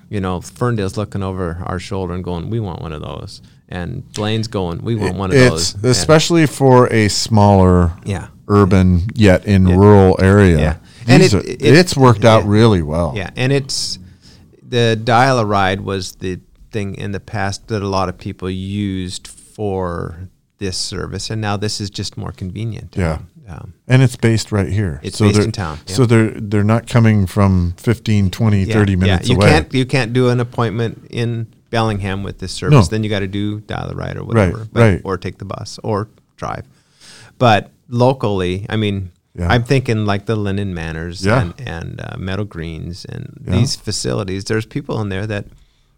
[SPEAKER 2] you know, Ferndale's looking over our shoulder and going, "We want one of those," and Blaine's going, "We want one of
[SPEAKER 1] it's
[SPEAKER 2] those."
[SPEAKER 1] especially for a smaller
[SPEAKER 2] Yeah.
[SPEAKER 1] urban yet in rural area
[SPEAKER 2] Yeah.
[SPEAKER 1] and
[SPEAKER 2] And
[SPEAKER 1] it,
[SPEAKER 2] it- it-
[SPEAKER 1] it's worked out
[SPEAKER 2] yeah.
[SPEAKER 1] really well
[SPEAKER 2] Yeah, and it's the dial a ride was the thing in the past that a lot of people used for this service, and now this is just more convenient.
[SPEAKER 1] Yeah.
[SPEAKER 2] Um,
[SPEAKER 1] and it's based right here
[SPEAKER 2] It's based
[SPEAKER 1] they're-
[SPEAKER 2] in town, yeah.
[SPEAKER 1] so they're they're not coming from 15 20 30 minutes
[SPEAKER 2] You
[SPEAKER 1] away
[SPEAKER 2] can't you can't do an appointment in Bellingham with this service.
[SPEAKER 1] No.
[SPEAKER 2] Then you got to do dial the ride or whatever,
[SPEAKER 1] right.
[SPEAKER 2] or take the bus or drive. But locally, I mean,
[SPEAKER 1] Yeah.
[SPEAKER 2] I'm thinking like the Linden Manors
[SPEAKER 1] Yeah.
[SPEAKER 2] and and uh, Meadow Greens and
[SPEAKER 1] Yeah.
[SPEAKER 2] these facilities. There's people in there that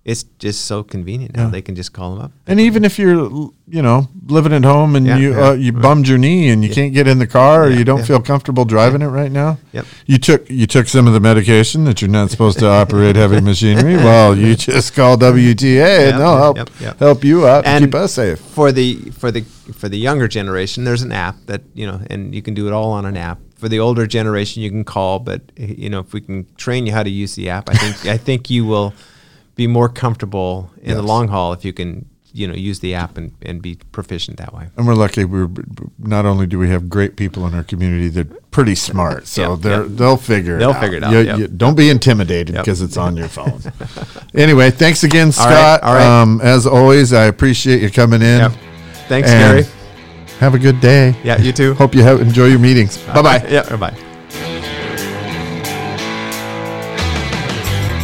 [SPEAKER 2] it's just so convenient now.
[SPEAKER 1] Yeah.
[SPEAKER 2] They can just call them up.
[SPEAKER 1] and even if you're you know living at home and
[SPEAKER 2] Yeah,
[SPEAKER 1] you
[SPEAKER 2] yeah,
[SPEAKER 1] uh, you bummed your knee and you can't get in the car or you don't
[SPEAKER 2] yeah.
[SPEAKER 1] feel comfortable driving it right now
[SPEAKER 2] Yep.
[SPEAKER 1] you took you took some of the medication that you're not supposed to operate heavy machinery well you just call WTA
[SPEAKER 2] Yep,
[SPEAKER 1] and they'll help
[SPEAKER 2] yep, yep.
[SPEAKER 1] help you out and
[SPEAKER 2] And-
[SPEAKER 1] keep us safe
[SPEAKER 2] for the for the for the younger generation there's an app that you know and you can do it all on an app for the older generation you can call but eh, you know if we can train you how to use the app i think i think you will be more comfortable in the
[SPEAKER 1] Yes.
[SPEAKER 2] long haul if you can you know use the app and, and be proficient that way.
[SPEAKER 1] And we're lucky. We're b- b- not only do we have great people in our community, they're pretty smart, so
[SPEAKER 2] Yeah,
[SPEAKER 1] they're
[SPEAKER 2] yeah.
[SPEAKER 1] they'll figure it
[SPEAKER 2] They'll
[SPEAKER 1] out.
[SPEAKER 2] figure it out,
[SPEAKER 1] You-
[SPEAKER 2] yep.
[SPEAKER 1] you- don't be intimidated
[SPEAKER 2] Yep.
[SPEAKER 1] because it's on your phone. anyway, thanks again,
[SPEAKER 2] All right,
[SPEAKER 1] Scott.
[SPEAKER 2] all right.
[SPEAKER 1] Um, as always, I appreciate you coming in.
[SPEAKER 2] Yep. Thanks,
[SPEAKER 1] And
[SPEAKER 2] Gary.
[SPEAKER 1] Have a good day.
[SPEAKER 2] Yeah, you too.
[SPEAKER 1] Hope you have enjoy your meetings. Bye bye.
[SPEAKER 2] yeah, bye.